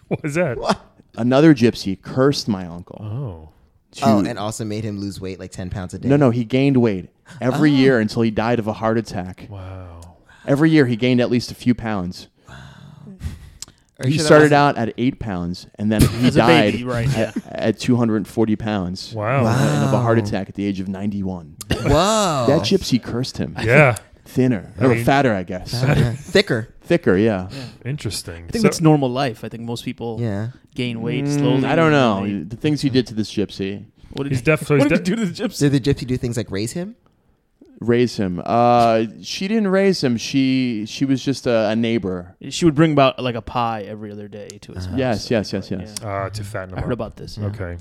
Speaker 1: What is that?
Speaker 3: What?
Speaker 5: Another gypsy cursed my uncle.
Speaker 1: Oh.
Speaker 5: to-
Speaker 3: Oh, and also made him lose weight like ten pounds a day.
Speaker 5: no, no, he gained weight every year until he died of a heart attack.
Speaker 1: Wow.
Speaker 5: Every year he gained at least a few pounds.
Speaker 3: Are you
Speaker 5: He
Speaker 3: sure that
Speaker 5: started
Speaker 3: wasn't-
Speaker 5: out at eight pounds, and then he
Speaker 4: As a
Speaker 5: died
Speaker 4: baby, right,
Speaker 5: at, at 240 pounds.
Speaker 1: Wow.
Speaker 5: and of a heart attack at the age of 91.
Speaker 1: <laughs>
Speaker 3: Whoa,
Speaker 5: That gypsy cursed him.
Speaker 1: Yeah.
Speaker 5: Thinner.
Speaker 1: I
Speaker 5: or
Speaker 1: mean-
Speaker 5: fatter, I guess.
Speaker 3: Yeah. thicker.
Speaker 5: Thicker, yeah.
Speaker 1: Interesting.
Speaker 4: I think that's normal life. I think most people
Speaker 3: Yeah.
Speaker 4: gain weight
Speaker 5: Mm,
Speaker 4: slowly.
Speaker 5: I don't know.
Speaker 4: They-
Speaker 5: The things he did to this gypsy.
Speaker 4: What did
Speaker 1: He's
Speaker 4: he,
Speaker 1: def- so
Speaker 4: what
Speaker 1: he's
Speaker 4: did he
Speaker 1: def-
Speaker 4: do to the gypsy?
Speaker 3: Did the gypsy do things like raise him?
Speaker 5: raise him? Uh, she didn't raise him. She she was just a, a neighbor.
Speaker 4: She would bring about like a pie every other day to his house.
Speaker 5: Yes,
Speaker 4: so,
Speaker 5: yes, yes,
Speaker 4: like,
Speaker 5: yes.
Speaker 4: yeah.
Speaker 1: uh, to fatten
Speaker 4: I
Speaker 1: them
Speaker 4: heard
Speaker 1: up.
Speaker 4: about this. yeah.
Speaker 1: Okay.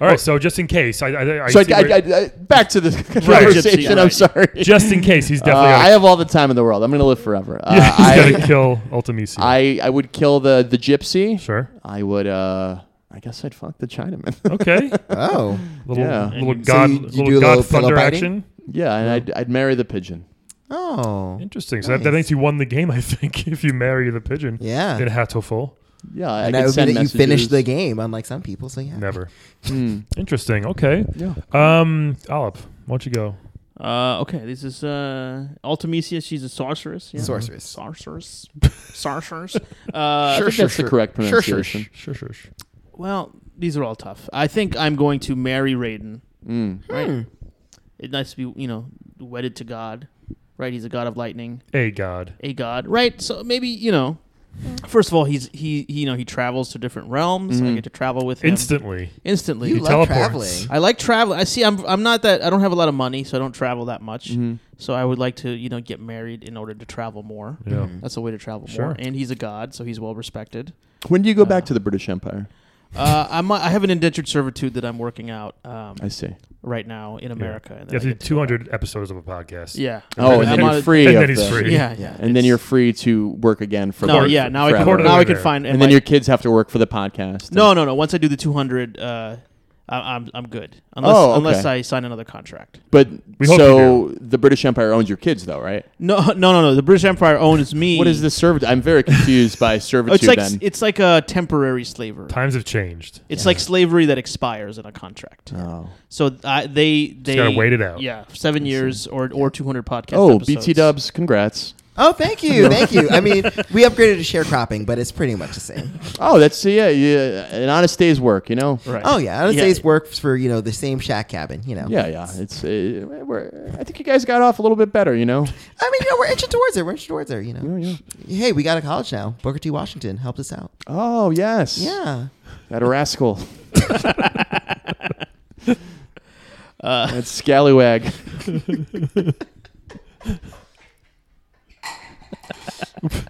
Speaker 1: All right. So just in case, I, I, I
Speaker 5: so I,
Speaker 1: see
Speaker 5: I,
Speaker 1: where-
Speaker 5: I- I- back to the <laughs>
Speaker 1: Right.
Speaker 5: conversation.
Speaker 4: Gypsy,
Speaker 5: I'm
Speaker 4: right.
Speaker 5: sorry.
Speaker 1: just in case he's
Speaker 5: <laughs> Uh,
Speaker 1: definitely.
Speaker 5: I have all the time in the world. I'm gonna live forever. Uh, <laughs>
Speaker 1: yeah, <laughs> he's
Speaker 5: I,
Speaker 1: gonna kill Ultimisi.
Speaker 5: I I would kill the the gypsy.
Speaker 1: sure.
Speaker 5: I would. uh I guess I'd fuck the Chinaman. <laughs>
Speaker 1: Okay.
Speaker 3: Oh,
Speaker 1: Little,
Speaker 5: Yeah.
Speaker 1: little
Speaker 4: So
Speaker 1: god,
Speaker 3: you- you
Speaker 1: little
Speaker 3: do a
Speaker 1: god
Speaker 3: little pillow
Speaker 1: thunder
Speaker 3: biting?
Speaker 1: action.
Speaker 5: yeah, and I'd, I'd marry the pigeon.
Speaker 3: oh,
Speaker 1: Interesting. So that, that
Speaker 3: Nice.
Speaker 1: makes you won the game, I think, <laughs> if you marry the pigeon.
Speaker 3: yeah.
Speaker 1: In Hatoful.
Speaker 5: Yeah,
Speaker 3: and
Speaker 5: I could
Speaker 3: that would
Speaker 5: send
Speaker 3: be that you
Speaker 5: messages.
Speaker 3: finish the game, unlike some people. So yeah,
Speaker 1: Never.
Speaker 5: Hmm.
Speaker 1: Interesting. Okay.
Speaker 5: Yeah.
Speaker 1: Um, Alep, why don't you go?
Speaker 4: Uh, okay, this is uh, Altamisia. She's a sorceress. Yeah.
Speaker 3: Sorceress.
Speaker 4: Sorceress. <laughs> sorceress. Uh, sure.
Speaker 5: Sure, think that's the correct
Speaker 3: Sure, sure,
Speaker 5: pronunciation.
Speaker 1: Sure,
Speaker 3: sure.
Speaker 1: sure, sure.
Speaker 4: Well, these are all tough. I think I'm going to marry Raiden.
Speaker 5: Mm.
Speaker 4: Right. It's nice to be, you know, wedded to God. Right. He's a god of lightning.
Speaker 1: A god.
Speaker 4: a god, right? So maybe you know. First of all, he's he, he you know he travels to different realms. I
Speaker 1: Mm-hmm.
Speaker 5: Mhm.
Speaker 4: get to travel with him
Speaker 1: Instantly.
Speaker 4: instantly.
Speaker 3: You
Speaker 1: He
Speaker 3: love
Speaker 1: teleports.
Speaker 3: traveling.
Speaker 4: I like traveling. I see. I'm I'm not that. I don't have a lot of money, so I don't travel that much.
Speaker 1: Mm-hmm.
Speaker 5: Mhm.
Speaker 4: So I would like to you know get married in order to travel more.
Speaker 1: <laughs>
Speaker 3: Mm-hmm.
Speaker 1: Yeah.
Speaker 3: Mm.
Speaker 4: That's a way to travel
Speaker 1: Sure.
Speaker 4: more. And he's a god, so he's well respected.
Speaker 5: When do you go back
Speaker 4: Uh,
Speaker 5: to the British Empire?
Speaker 4: Uh, I'm I have an indentured servitude that I'm working out um,
Speaker 5: I see.
Speaker 4: right now in America.
Speaker 1: Yeah.
Speaker 4: and
Speaker 1: You have
Speaker 4: then I
Speaker 1: to do
Speaker 4: get to go back.
Speaker 1: 200 episodes of a podcast.
Speaker 4: Yeah.
Speaker 5: Oh,
Speaker 1: and
Speaker 5: and
Speaker 1: then
Speaker 5: then
Speaker 4: I'm
Speaker 5: you're
Speaker 4: on-
Speaker 5: free.
Speaker 1: and
Speaker 5: of
Speaker 1: then he's
Speaker 5: the-
Speaker 1: free.
Speaker 4: Yeah, yeah.
Speaker 5: And then
Speaker 4: it's-
Speaker 5: you're free to work again for
Speaker 4: no,
Speaker 5: like-
Speaker 4: yeah. Now I can
Speaker 5: forever.
Speaker 1: Quarterly
Speaker 4: now I can
Speaker 1: there.
Speaker 4: find
Speaker 5: And then
Speaker 4: my-
Speaker 5: your kids have to work for the podcast.
Speaker 4: No, no, no. Once I do the 200, uh, I, I'm I'm good. Unless
Speaker 5: Oh, okay.
Speaker 4: unless I sign another contract.
Speaker 5: But
Speaker 1: We hope
Speaker 5: so the British Empire owns your kids, though, right?
Speaker 4: No, <laughs> no, no, no. The British Empire owns me.
Speaker 5: What is this servitude? I'm very confused by
Speaker 4: <laughs> Oh,
Speaker 5: servitude.
Speaker 4: it's like
Speaker 5: then
Speaker 4: it's like a temporary slavery.
Speaker 1: Times have changed.
Speaker 4: It's like slavery that expires in a contract.
Speaker 5: oh,
Speaker 4: So I, they they
Speaker 1: gotta wait it out.
Speaker 4: Yeah, seven years or or 200 podcast.
Speaker 5: oh
Speaker 4: episodes.
Speaker 5: BT Dubs, congrats.
Speaker 3: Oh,
Speaker 1: <laughs>
Speaker 3: thank you, thank you. I mean, we upgraded to sharecropping, but it's pretty much the same.
Speaker 5: Oh, that's yeah, yeah, an honest day's work, you know.
Speaker 4: Right.
Speaker 3: Oh yeah, I would
Speaker 4: Yeah.
Speaker 3: say it's works for you know the same shack cabin. You know,
Speaker 5: Yeah, yeah. It's uh, we're, I think you guys got off a little bit better, you know.
Speaker 3: I mean, you know, we're inching towards it. We're inching towards it. You
Speaker 5: Oh,
Speaker 3: know,
Speaker 5: yeah.
Speaker 3: hey, we got a college now. Booker T. Washington helped us
Speaker 5: <laughs>
Speaker 3: out.
Speaker 5: Oh yes.
Speaker 3: Yeah,
Speaker 5: That rascal.
Speaker 4: <laughs> Uh,
Speaker 5: That scallywag.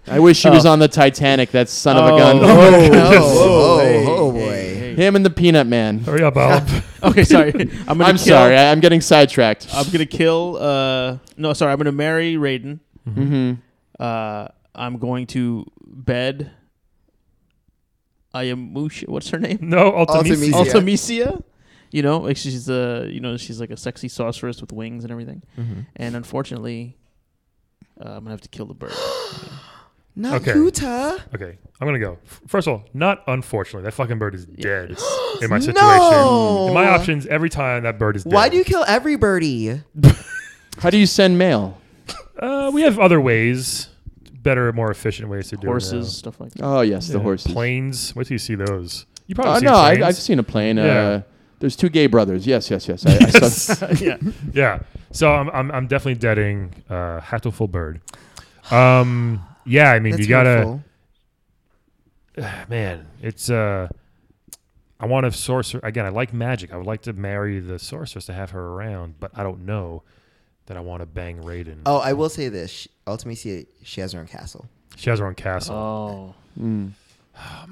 Speaker 5: I wish he was on the Titanic. That son of a gun.
Speaker 4: Oh.
Speaker 3: Oh, oh, boy.
Speaker 5: Him and the Peanut Man.
Speaker 1: Hurry up, Alep.
Speaker 4: <laughs> Okay, sorry. <laughs> I'm gonna kill, Um.
Speaker 5: I'm sorry. I, I'm getting sidetracked.
Speaker 4: I'm gonna kill. Uh, no, sorry. I'm gonna marry Raiden.
Speaker 5: hmm
Speaker 4: Uh, I'm going to bed. Ayamusha. What's her name?
Speaker 1: <laughs> no, Ultimisi.
Speaker 3: Ultimisi.
Speaker 1: Ult-
Speaker 4: Altamisia. You know, like she's a you know she's like a sexy sorceress with wings and everything.
Speaker 3: Mm-hmm.
Speaker 4: And unfortunately, uh, I'm gonna have to kill
Speaker 1: <gasps>
Speaker 4: the bird.
Speaker 3: not
Speaker 1: Okay.
Speaker 3: Utah.
Speaker 1: Okay, I'm gonna go. F- First of all, not unfortunately, that fucking bird is dead in my situation.
Speaker 3: No!
Speaker 1: In my options, every time that bird is dead.
Speaker 3: Why do you kill every birdie?
Speaker 5: How do you send mail?
Speaker 1: Uh, we have other ways, better, more efficient ways to do it.
Speaker 4: Horses,
Speaker 1: now.
Speaker 4: stuff like that.
Speaker 5: Oh yes, the
Speaker 1: Yeah,
Speaker 5: horses.
Speaker 1: Planes. Wait till you see those. You
Speaker 5: Oh
Speaker 1: probably
Speaker 5: no,
Speaker 1: seen planes.
Speaker 5: I, I've seen a plane.
Speaker 1: Yeah.
Speaker 5: Uh, there's two gay brothers. Yes, yes, yes. I, <laughs> I saw,
Speaker 4: yeah.
Speaker 1: yeah. So I'm, I'm, I'm definitely deading uh, Hatoful Bird. Um, yeah, I mean,
Speaker 3: That's
Speaker 1: you gotta,
Speaker 3: hurtful.
Speaker 1: man, it's, uh, I want a sorcerer. Again, I like magic. I would like to marry the sorceress to have her around, but I don't know that I want to bang Raiden.
Speaker 3: Oh, I will say this: She- ultimately, she, she has her own castle.
Speaker 1: She has her own castle. Oh,
Speaker 4: Oh,
Speaker 5: Mm.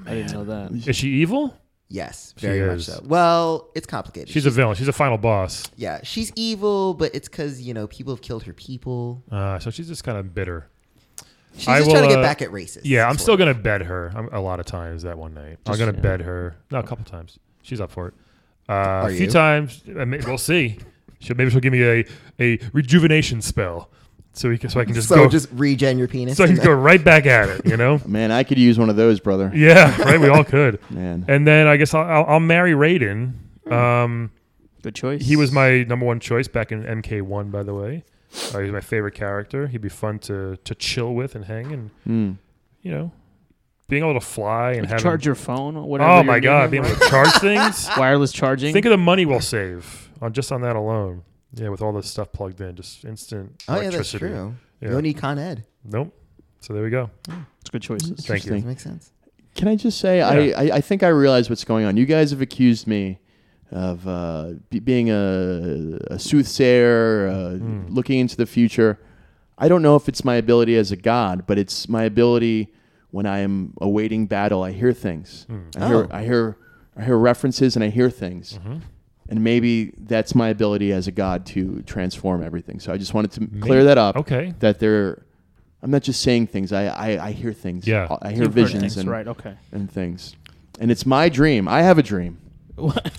Speaker 4: I didn't know that.
Speaker 1: is she evil?
Speaker 3: Yes,
Speaker 1: She
Speaker 3: very much
Speaker 1: is.
Speaker 3: so. Well, it's complicated.
Speaker 1: She's a villain. She's a final boss.
Speaker 3: yeah, she's evil, but it's because you know people have killed her people.
Speaker 1: Uh, so she's just kind of bitter.
Speaker 3: She's
Speaker 1: I
Speaker 3: just trying to
Speaker 1: will,
Speaker 3: get
Speaker 1: uh,
Speaker 3: back at races.
Speaker 1: Yeah, I'm
Speaker 3: That's
Speaker 1: still
Speaker 3: what-
Speaker 1: gonna bed her um, a lot of times that one night. I'm
Speaker 4: Just,
Speaker 1: gonna
Speaker 4: yeah.
Speaker 1: bed her. No, a couple times. She's up for it. Uh, a few
Speaker 3: you?
Speaker 1: times. I mean, we'll see. She'll maybe she'll give me a, a rejuvenation spell, so we can, so I can just
Speaker 3: so
Speaker 1: go
Speaker 3: just regen your
Speaker 4: <laughs>
Speaker 3: penis.
Speaker 1: so I can
Speaker 3: and
Speaker 1: go right back at it. You know?
Speaker 5: Man, I could use one of those, brother.
Speaker 1: yeah, right. We all could.
Speaker 5: Man.
Speaker 1: And then I guess I'll, I'll, I'll marry Raiden.
Speaker 4: Hmm.
Speaker 1: Um,
Speaker 4: Good choice.
Speaker 1: he was my number one choice back in MK1, by the way. Uh, he was my favorite character. He'd be fun to to chill with and hang, and
Speaker 5: Mm.
Speaker 1: you know, being able to fly and
Speaker 4: Hmm. Like,
Speaker 1: having
Speaker 4: charge your phone. Or whatever.
Speaker 1: oh
Speaker 4: you're
Speaker 1: my
Speaker 4: needing,
Speaker 1: god, being able
Speaker 4: right?
Speaker 1: to charge
Speaker 4: <laughs>
Speaker 1: things.
Speaker 4: wireless charging.
Speaker 1: Think of the money we'll save on just on that alone. Yeah, with all this stuff plugged in, just instant
Speaker 3: Oh yeah, that's
Speaker 1: electricity.
Speaker 3: true.
Speaker 1: Yeah.
Speaker 3: You don't need Con Ed.
Speaker 1: Nope. So there we
Speaker 4: <laughs>
Speaker 1: go. <laughs>
Speaker 4: it's good choices.
Speaker 1: Thank you.
Speaker 3: That makes sense.
Speaker 5: Can I just say,
Speaker 1: Yeah.
Speaker 5: I, I, I think I realize what's going on. You guys have accused me of uh, be- being a, a soothsayer, uh,
Speaker 1: Hmm.
Speaker 5: looking into the future. I don't know if it's my ability as a god, but it's my ability when I am awaiting battle. I hear things.
Speaker 1: Hmm.
Speaker 5: I hear,
Speaker 3: Oh.
Speaker 5: I hear, I hear references, and I hear things.
Speaker 1: Mm-hmm.
Speaker 5: And maybe that's my ability as a god to transform everything. So I just wanted to clear that up.
Speaker 1: Okay.
Speaker 5: That there, I'm not just saying things. I I, I hear things.
Speaker 1: Yeah.
Speaker 5: I- I hear
Speaker 4: You've heard
Speaker 5: visions
Speaker 4: things,
Speaker 5: and
Speaker 4: right?
Speaker 5: <laughs>
Speaker 4: Okay.
Speaker 5: and things. And it's my dream. I have a dream
Speaker 4: What?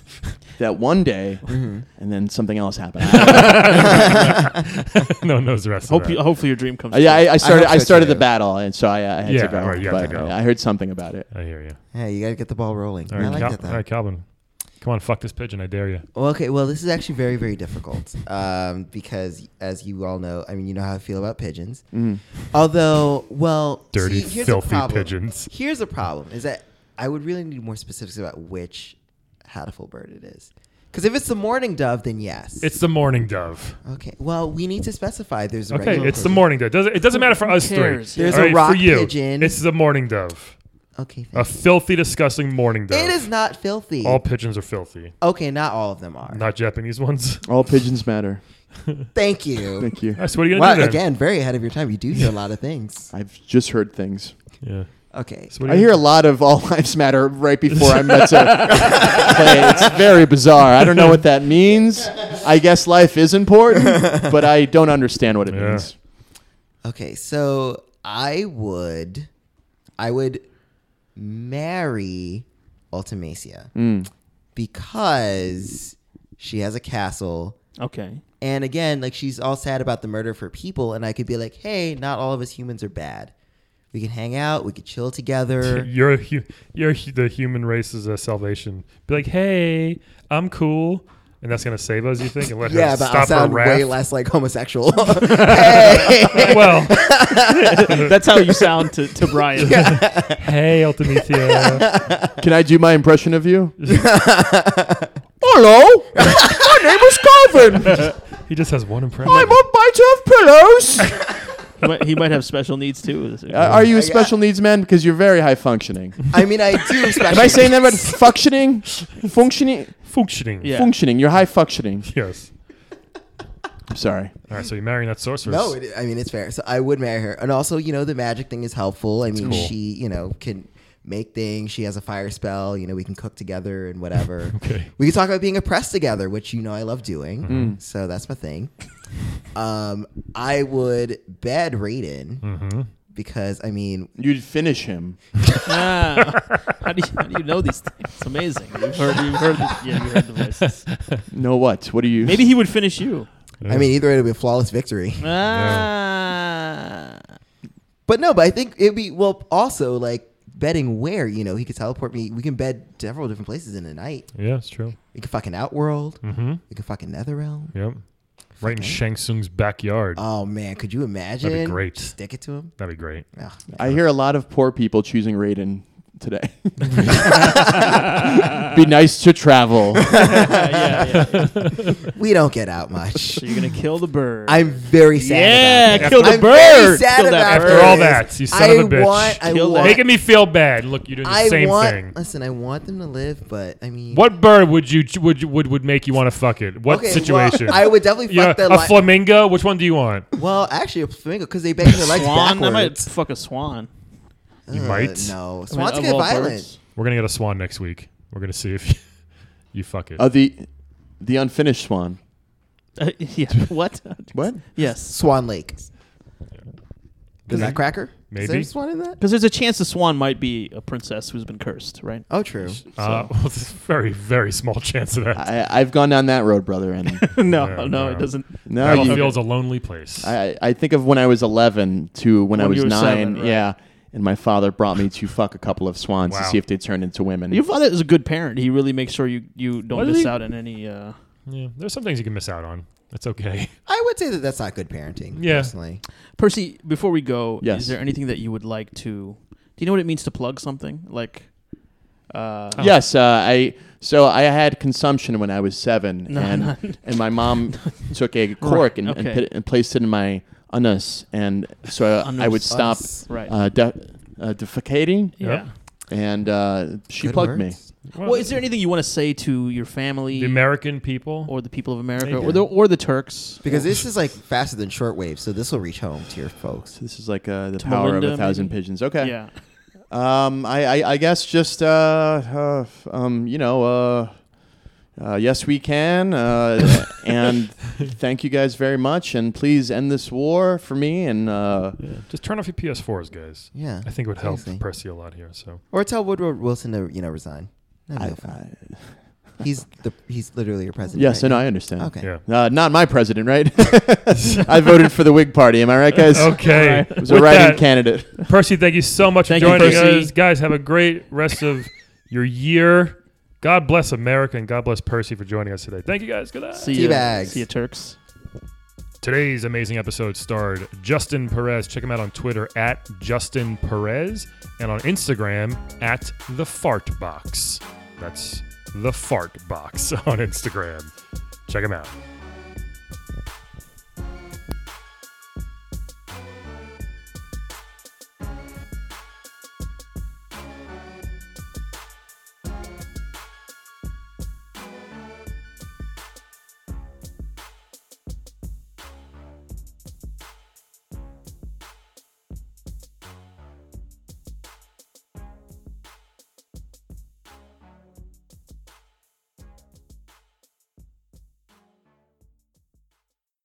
Speaker 5: that one day,
Speaker 1: Mm-hmm.
Speaker 5: and then something else happened. <laughs> I-
Speaker 1: no one knows the rest.
Speaker 4: Hope
Speaker 1: of that.
Speaker 4: you, hopefully your dream comes.
Speaker 5: I, I, I started.
Speaker 3: hope
Speaker 5: I,
Speaker 3: so,
Speaker 5: started
Speaker 3: too.
Speaker 5: the battle, and so I, I had
Speaker 1: Yeah,
Speaker 5: to go.
Speaker 1: right, you have
Speaker 5: but
Speaker 1: to go.
Speaker 5: I heard something about it.
Speaker 1: I hear you.
Speaker 3: Yeah, you got to get the ball rolling.
Speaker 1: All right,
Speaker 3: I like
Speaker 1: Cal-
Speaker 3: that though.
Speaker 1: all right, Calvin. Come on, fuck this pigeon. I dare you.
Speaker 3: Well, okay. Well, this is actually very, very difficult um, because, as you all know, I mean, you know how I feel about pigeons. Although, well,
Speaker 1: Dirty,
Speaker 3: see, here's a
Speaker 1: filthy
Speaker 3: problem.
Speaker 1: pigeons.
Speaker 3: Here's the problem: is that I would really need more specifics about which hatful bird it is. Because if it's the mourning dove, then yes.
Speaker 1: It's the morning dove.
Speaker 3: okay. Well, we need to specify. There's a
Speaker 1: Okay,
Speaker 3: regular
Speaker 1: it's the
Speaker 3: pigeon.
Speaker 1: morning dove. Doesn't, it doesn't matter for
Speaker 4: Who
Speaker 1: us
Speaker 4: cares?
Speaker 1: three.
Speaker 3: There's
Speaker 1: All
Speaker 3: a
Speaker 1: right,
Speaker 3: rock
Speaker 1: for you,
Speaker 3: pigeon.
Speaker 1: It's the morning dove.
Speaker 3: Okay.
Speaker 1: A
Speaker 3: Thank
Speaker 1: filthy, disgusting morning
Speaker 3: you.
Speaker 1: dove.
Speaker 3: It is not filthy.
Speaker 1: Oh, All pigeons are filthy,
Speaker 3: okay, not all of them are.
Speaker 1: not Japanese ones. <laughs>
Speaker 5: All pigeons matter.
Speaker 3: Thank you.
Speaker 5: Thank you.
Speaker 1: All right, so what are you gonna
Speaker 3: Wow,
Speaker 1: do then?
Speaker 3: again, very ahead of your time. You do hear a lot of things.
Speaker 5: I've just heard things.
Speaker 1: Yeah.
Speaker 3: Okay.
Speaker 1: So what are
Speaker 5: I
Speaker 1: you-
Speaker 5: hear a lot of "All <laughs> Lives Matter" right before I'm
Speaker 1: <laughs>
Speaker 5: about to play. It's very bizarre. I don't know what that means. I guess life is important, but I don't understand what it
Speaker 1: Yeah.
Speaker 5: means.
Speaker 3: Okay, so I would, I would marry Ultimacia
Speaker 5: Hmm.
Speaker 3: because she has a castle,
Speaker 4: Okay.
Speaker 3: and again, like she's all sad about the murder of her people, and I could be like, hey, not all of us humans are bad. We can hang out, we could chill
Speaker 1: <laughs>
Speaker 3: together.
Speaker 1: You're a hu- you're hu- the human race's uh, salvation. Be like, hey, I'm cool, and that's gonna save us. You think? And let
Speaker 3: yeah,
Speaker 1: her
Speaker 3: but I'll
Speaker 1: stop her
Speaker 3: sound
Speaker 1: wrath.
Speaker 3: way less
Speaker 1: <laughs>
Speaker 3: like homosexual. hey, <laughs>
Speaker 1: well, <laughs>
Speaker 4: That's how you sound to, <laughs> to Brian.
Speaker 1: hey, Ultimisia.
Speaker 5: Can I do my impression of you? Hello, my name is Calvin.
Speaker 1: he just has one impression.
Speaker 5: I'm a bite of pillows.
Speaker 4: He might- he might have special needs too.
Speaker 5: Uh,
Speaker 4: <laughs>
Speaker 5: are you a special needs man? Because you're very high functioning.
Speaker 3: I mean, I do.
Speaker 5: Am I saying that
Speaker 4: <laughs>
Speaker 5: about functioning? Functioning?
Speaker 1: functioning.
Speaker 4: Yeah.
Speaker 5: Functioning. You're high functioning.
Speaker 1: Yes.
Speaker 5: I'm sorry.
Speaker 1: All right. So you're marrying that sorceress.
Speaker 3: No, it, I mean it's fair. So I would marry her, and also you know the magic thing is helpful. I mean
Speaker 1: cool.
Speaker 3: she you know can make things. She has a fire spell. You know we can cook together and whatever.
Speaker 1: <laughs> Okay. Mm-hmm.
Speaker 3: We can talk about being oppressed together, which you know I love doing. So that's my thing. um, I would bed Raiden
Speaker 1: Mm-hmm.
Speaker 3: because I mean
Speaker 5: You'd finish him.
Speaker 4: Ah. how, do you, how do you know these things? It's amazing. You've heard, you've heard, the, yeah, you heard the voices.
Speaker 5: No, what? What do you?
Speaker 4: Maybe he would finish you.
Speaker 3: I mean either way, it'd be a flawless victory. <laughs>
Speaker 4: Ah.
Speaker 3: But no, but I think it'd be well also like betting where you know he could teleport me. We can bed several different places in the night.
Speaker 1: Yeah, it's true.
Speaker 3: We can fucking Outworld.
Speaker 1: Mm-hmm.
Speaker 3: We can fucking Netherrealm.
Speaker 1: Yep. Right in Shang Tsung's backyard.
Speaker 3: Oh man, could you imagine?
Speaker 1: great.
Speaker 3: Just stick it to him.
Speaker 1: That'd be great.
Speaker 3: Ugh.
Speaker 5: I hear a lot of poor people choosing Raiden
Speaker 4: <laughs>
Speaker 5: today. Be nice to travel.
Speaker 4: yeah, yeah, yeah.
Speaker 3: We don't get out
Speaker 4: <laughs>
Speaker 3: much.
Speaker 4: So you're gonna kill the bird.
Speaker 3: I'm very sad.
Speaker 4: Yeah,
Speaker 3: about this.
Speaker 4: kill the
Speaker 3: I'm very
Speaker 4: bird.
Speaker 3: sad
Speaker 4: Kill that
Speaker 3: about
Speaker 4: bird.
Speaker 1: After all
Speaker 3: this.
Speaker 1: that, you son
Speaker 3: I
Speaker 1: of a bitch.
Speaker 3: Want, I
Speaker 4: Kill that-
Speaker 3: want.
Speaker 1: Making me feel bad. Look, you're doing the
Speaker 3: I
Speaker 1: same
Speaker 3: want.
Speaker 1: thing.
Speaker 3: Listen, I want them to live, but I mean,
Speaker 1: What bird would you would would would make you want to fuck it? What
Speaker 3: Okay, well,
Speaker 1: situation? <laughs>
Speaker 3: I would definitely
Speaker 1: You know,
Speaker 3: fuck that.
Speaker 1: a
Speaker 3: li-
Speaker 1: flamingo. Which one do you want?
Speaker 3: well, actually, a flamingo because they bang their legs
Speaker 4: swan. I might
Speaker 3: backwards.
Speaker 4: fuck a swan.
Speaker 1: You
Speaker 3: Ugh,
Speaker 1: might.
Speaker 3: No,
Speaker 4: I mean,
Speaker 3: swans
Speaker 4: of
Speaker 3: get
Speaker 4: all
Speaker 3: violent.
Speaker 4: birds.
Speaker 1: We're gonna get a swan next week. We're gonna see if <laughs> you, you fuck it.
Speaker 5: Uh, the the unfinished swan.
Speaker 4: Uh, <laughs> yeah. <laughs> What?
Speaker 5: What?
Speaker 4: yes.
Speaker 3: Swan Lake. Is
Speaker 1: Maybe.
Speaker 3: that cracker?
Speaker 1: Maybe.
Speaker 3: Is there a swan in that?
Speaker 4: Because there's a chance the swan might be a princess who's been cursed, right?
Speaker 3: Oh, true.
Speaker 1: uh, <laughs> well, there's very very small chance of that.
Speaker 5: I, I've gone down that road, brother.
Speaker 4: <laughs>
Speaker 5: And
Speaker 4: no,
Speaker 1: Yeah, <laughs>
Speaker 4: no,
Speaker 1: no.
Speaker 4: it doesn't.
Speaker 5: no, you-
Speaker 1: Battlefield's a lonely place.
Speaker 5: I, I think of when I was 11 to when, I
Speaker 4: When
Speaker 5: was
Speaker 4: you were
Speaker 5: nine.
Speaker 4: seven, right.
Speaker 5: Yeah. And my father brought me to fuck a couple of swans to
Speaker 1: Wow.
Speaker 5: see if they turned into women.
Speaker 4: Your father is a good parent. He really makes sure you, you don't
Speaker 1: What is
Speaker 4: miss
Speaker 1: he-
Speaker 4: out on any. Uh,
Speaker 1: yeah, there's some things you can miss out on. That's okay.
Speaker 3: I would say that that's not good parenting.
Speaker 1: Yeah.
Speaker 3: Personally,
Speaker 4: Percy, before we go,
Speaker 5: Yes.
Speaker 4: is there anything that you would like to? Do you know what it means to plug something? Like, uh,
Speaker 5: Yes, uh, I so I had consumption when I was
Speaker 4: <laughs>
Speaker 5: seven,
Speaker 4: <laughs> No,
Speaker 5: and
Speaker 4: not-
Speaker 5: and
Speaker 4: <laughs>
Speaker 5: my mom took a cork and, and,
Speaker 4: okay.
Speaker 5: put, and placed it in my anus, and so I, I would
Speaker 4: Anus.
Speaker 5: stop
Speaker 4: Right.
Speaker 5: uh, de- uh, defecating,
Speaker 4: yeah.
Speaker 5: and uh, she
Speaker 3: Good
Speaker 5: plugged
Speaker 3: words.
Speaker 5: me.
Speaker 1: Well,
Speaker 4: Well, is there anything you want to say to your family
Speaker 1: the American people?
Speaker 4: or the people of America
Speaker 1: Maybe.
Speaker 4: or the or the Turks?
Speaker 3: Because
Speaker 5: Oh.
Speaker 3: this is like faster than shortwave, so this will reach home to your folks.
Speaker 5: So this is like uh, the
Speaker 4: To
Speaker 5: power
Speaker 4: Melinda,
Speaker 5: of a thousand
Speaker 4: maybe?
Speaker 5: pigeons. Okay.
Speaker 4: Yeah.
Speaker 5: Um, I, I, I guess just uh, uh, f- um, you know, uh, uh, yes, we can.
Speaker 4: <laughs>
Speaker 5: Uh, and thank you guys very much. And please end this war for me. And uh,
Speaker 1: Just turn off your PS4s, guys.
Speaker 3: Yeah.
Speaker 1: I think it would help
Speaker 3: Seriously.
Speaker 1: Percy a lot here. So
Speaker 3: Or tell Woodrow Wilson to you know resign. No,
Speaker 5: I,
Speaker 3: no,
Speaker 5: I,
Speaker 3: he's the he's literally your president.
Speaker 5: yes,
Speaker 3: right
Speaker 5: and
Speaker 3: now.
Speaker 5: I understand.
Speaker 3: Okay.
Speaker 1: yeah.
Speaker 5: Uh, not my president, right? <laughs> I voted for the Whig Party. Am I right, guys?
Speaker 1: Okay.
Speaker 5: It was a
Speaker 1: With
Speaker 5: writing
Speaker 1: that,
Speaker 5: candidate.
Speaker 1: Percy, thank you so much
Speaker 4: Thank
Speaker 1: for
Speaker 4: you,
Speaker 1: joining
Speaker 4: Percy.
Speaker 1: us. Guys, have a great rest of your year. God bless America and God bless Percy for joining us today. Thank you guys. Good night.
Speaker 4: See you.
Speaker 3: Teabags.
Speaker 4: See you, Turks.
Speaker 1: Today's amazing episode starred Justin Perez. Check him out on Twitter at Justin Perez and on Instagram at The Fart <laughs> Box. That's The Fart Box on Instagram. Check him out.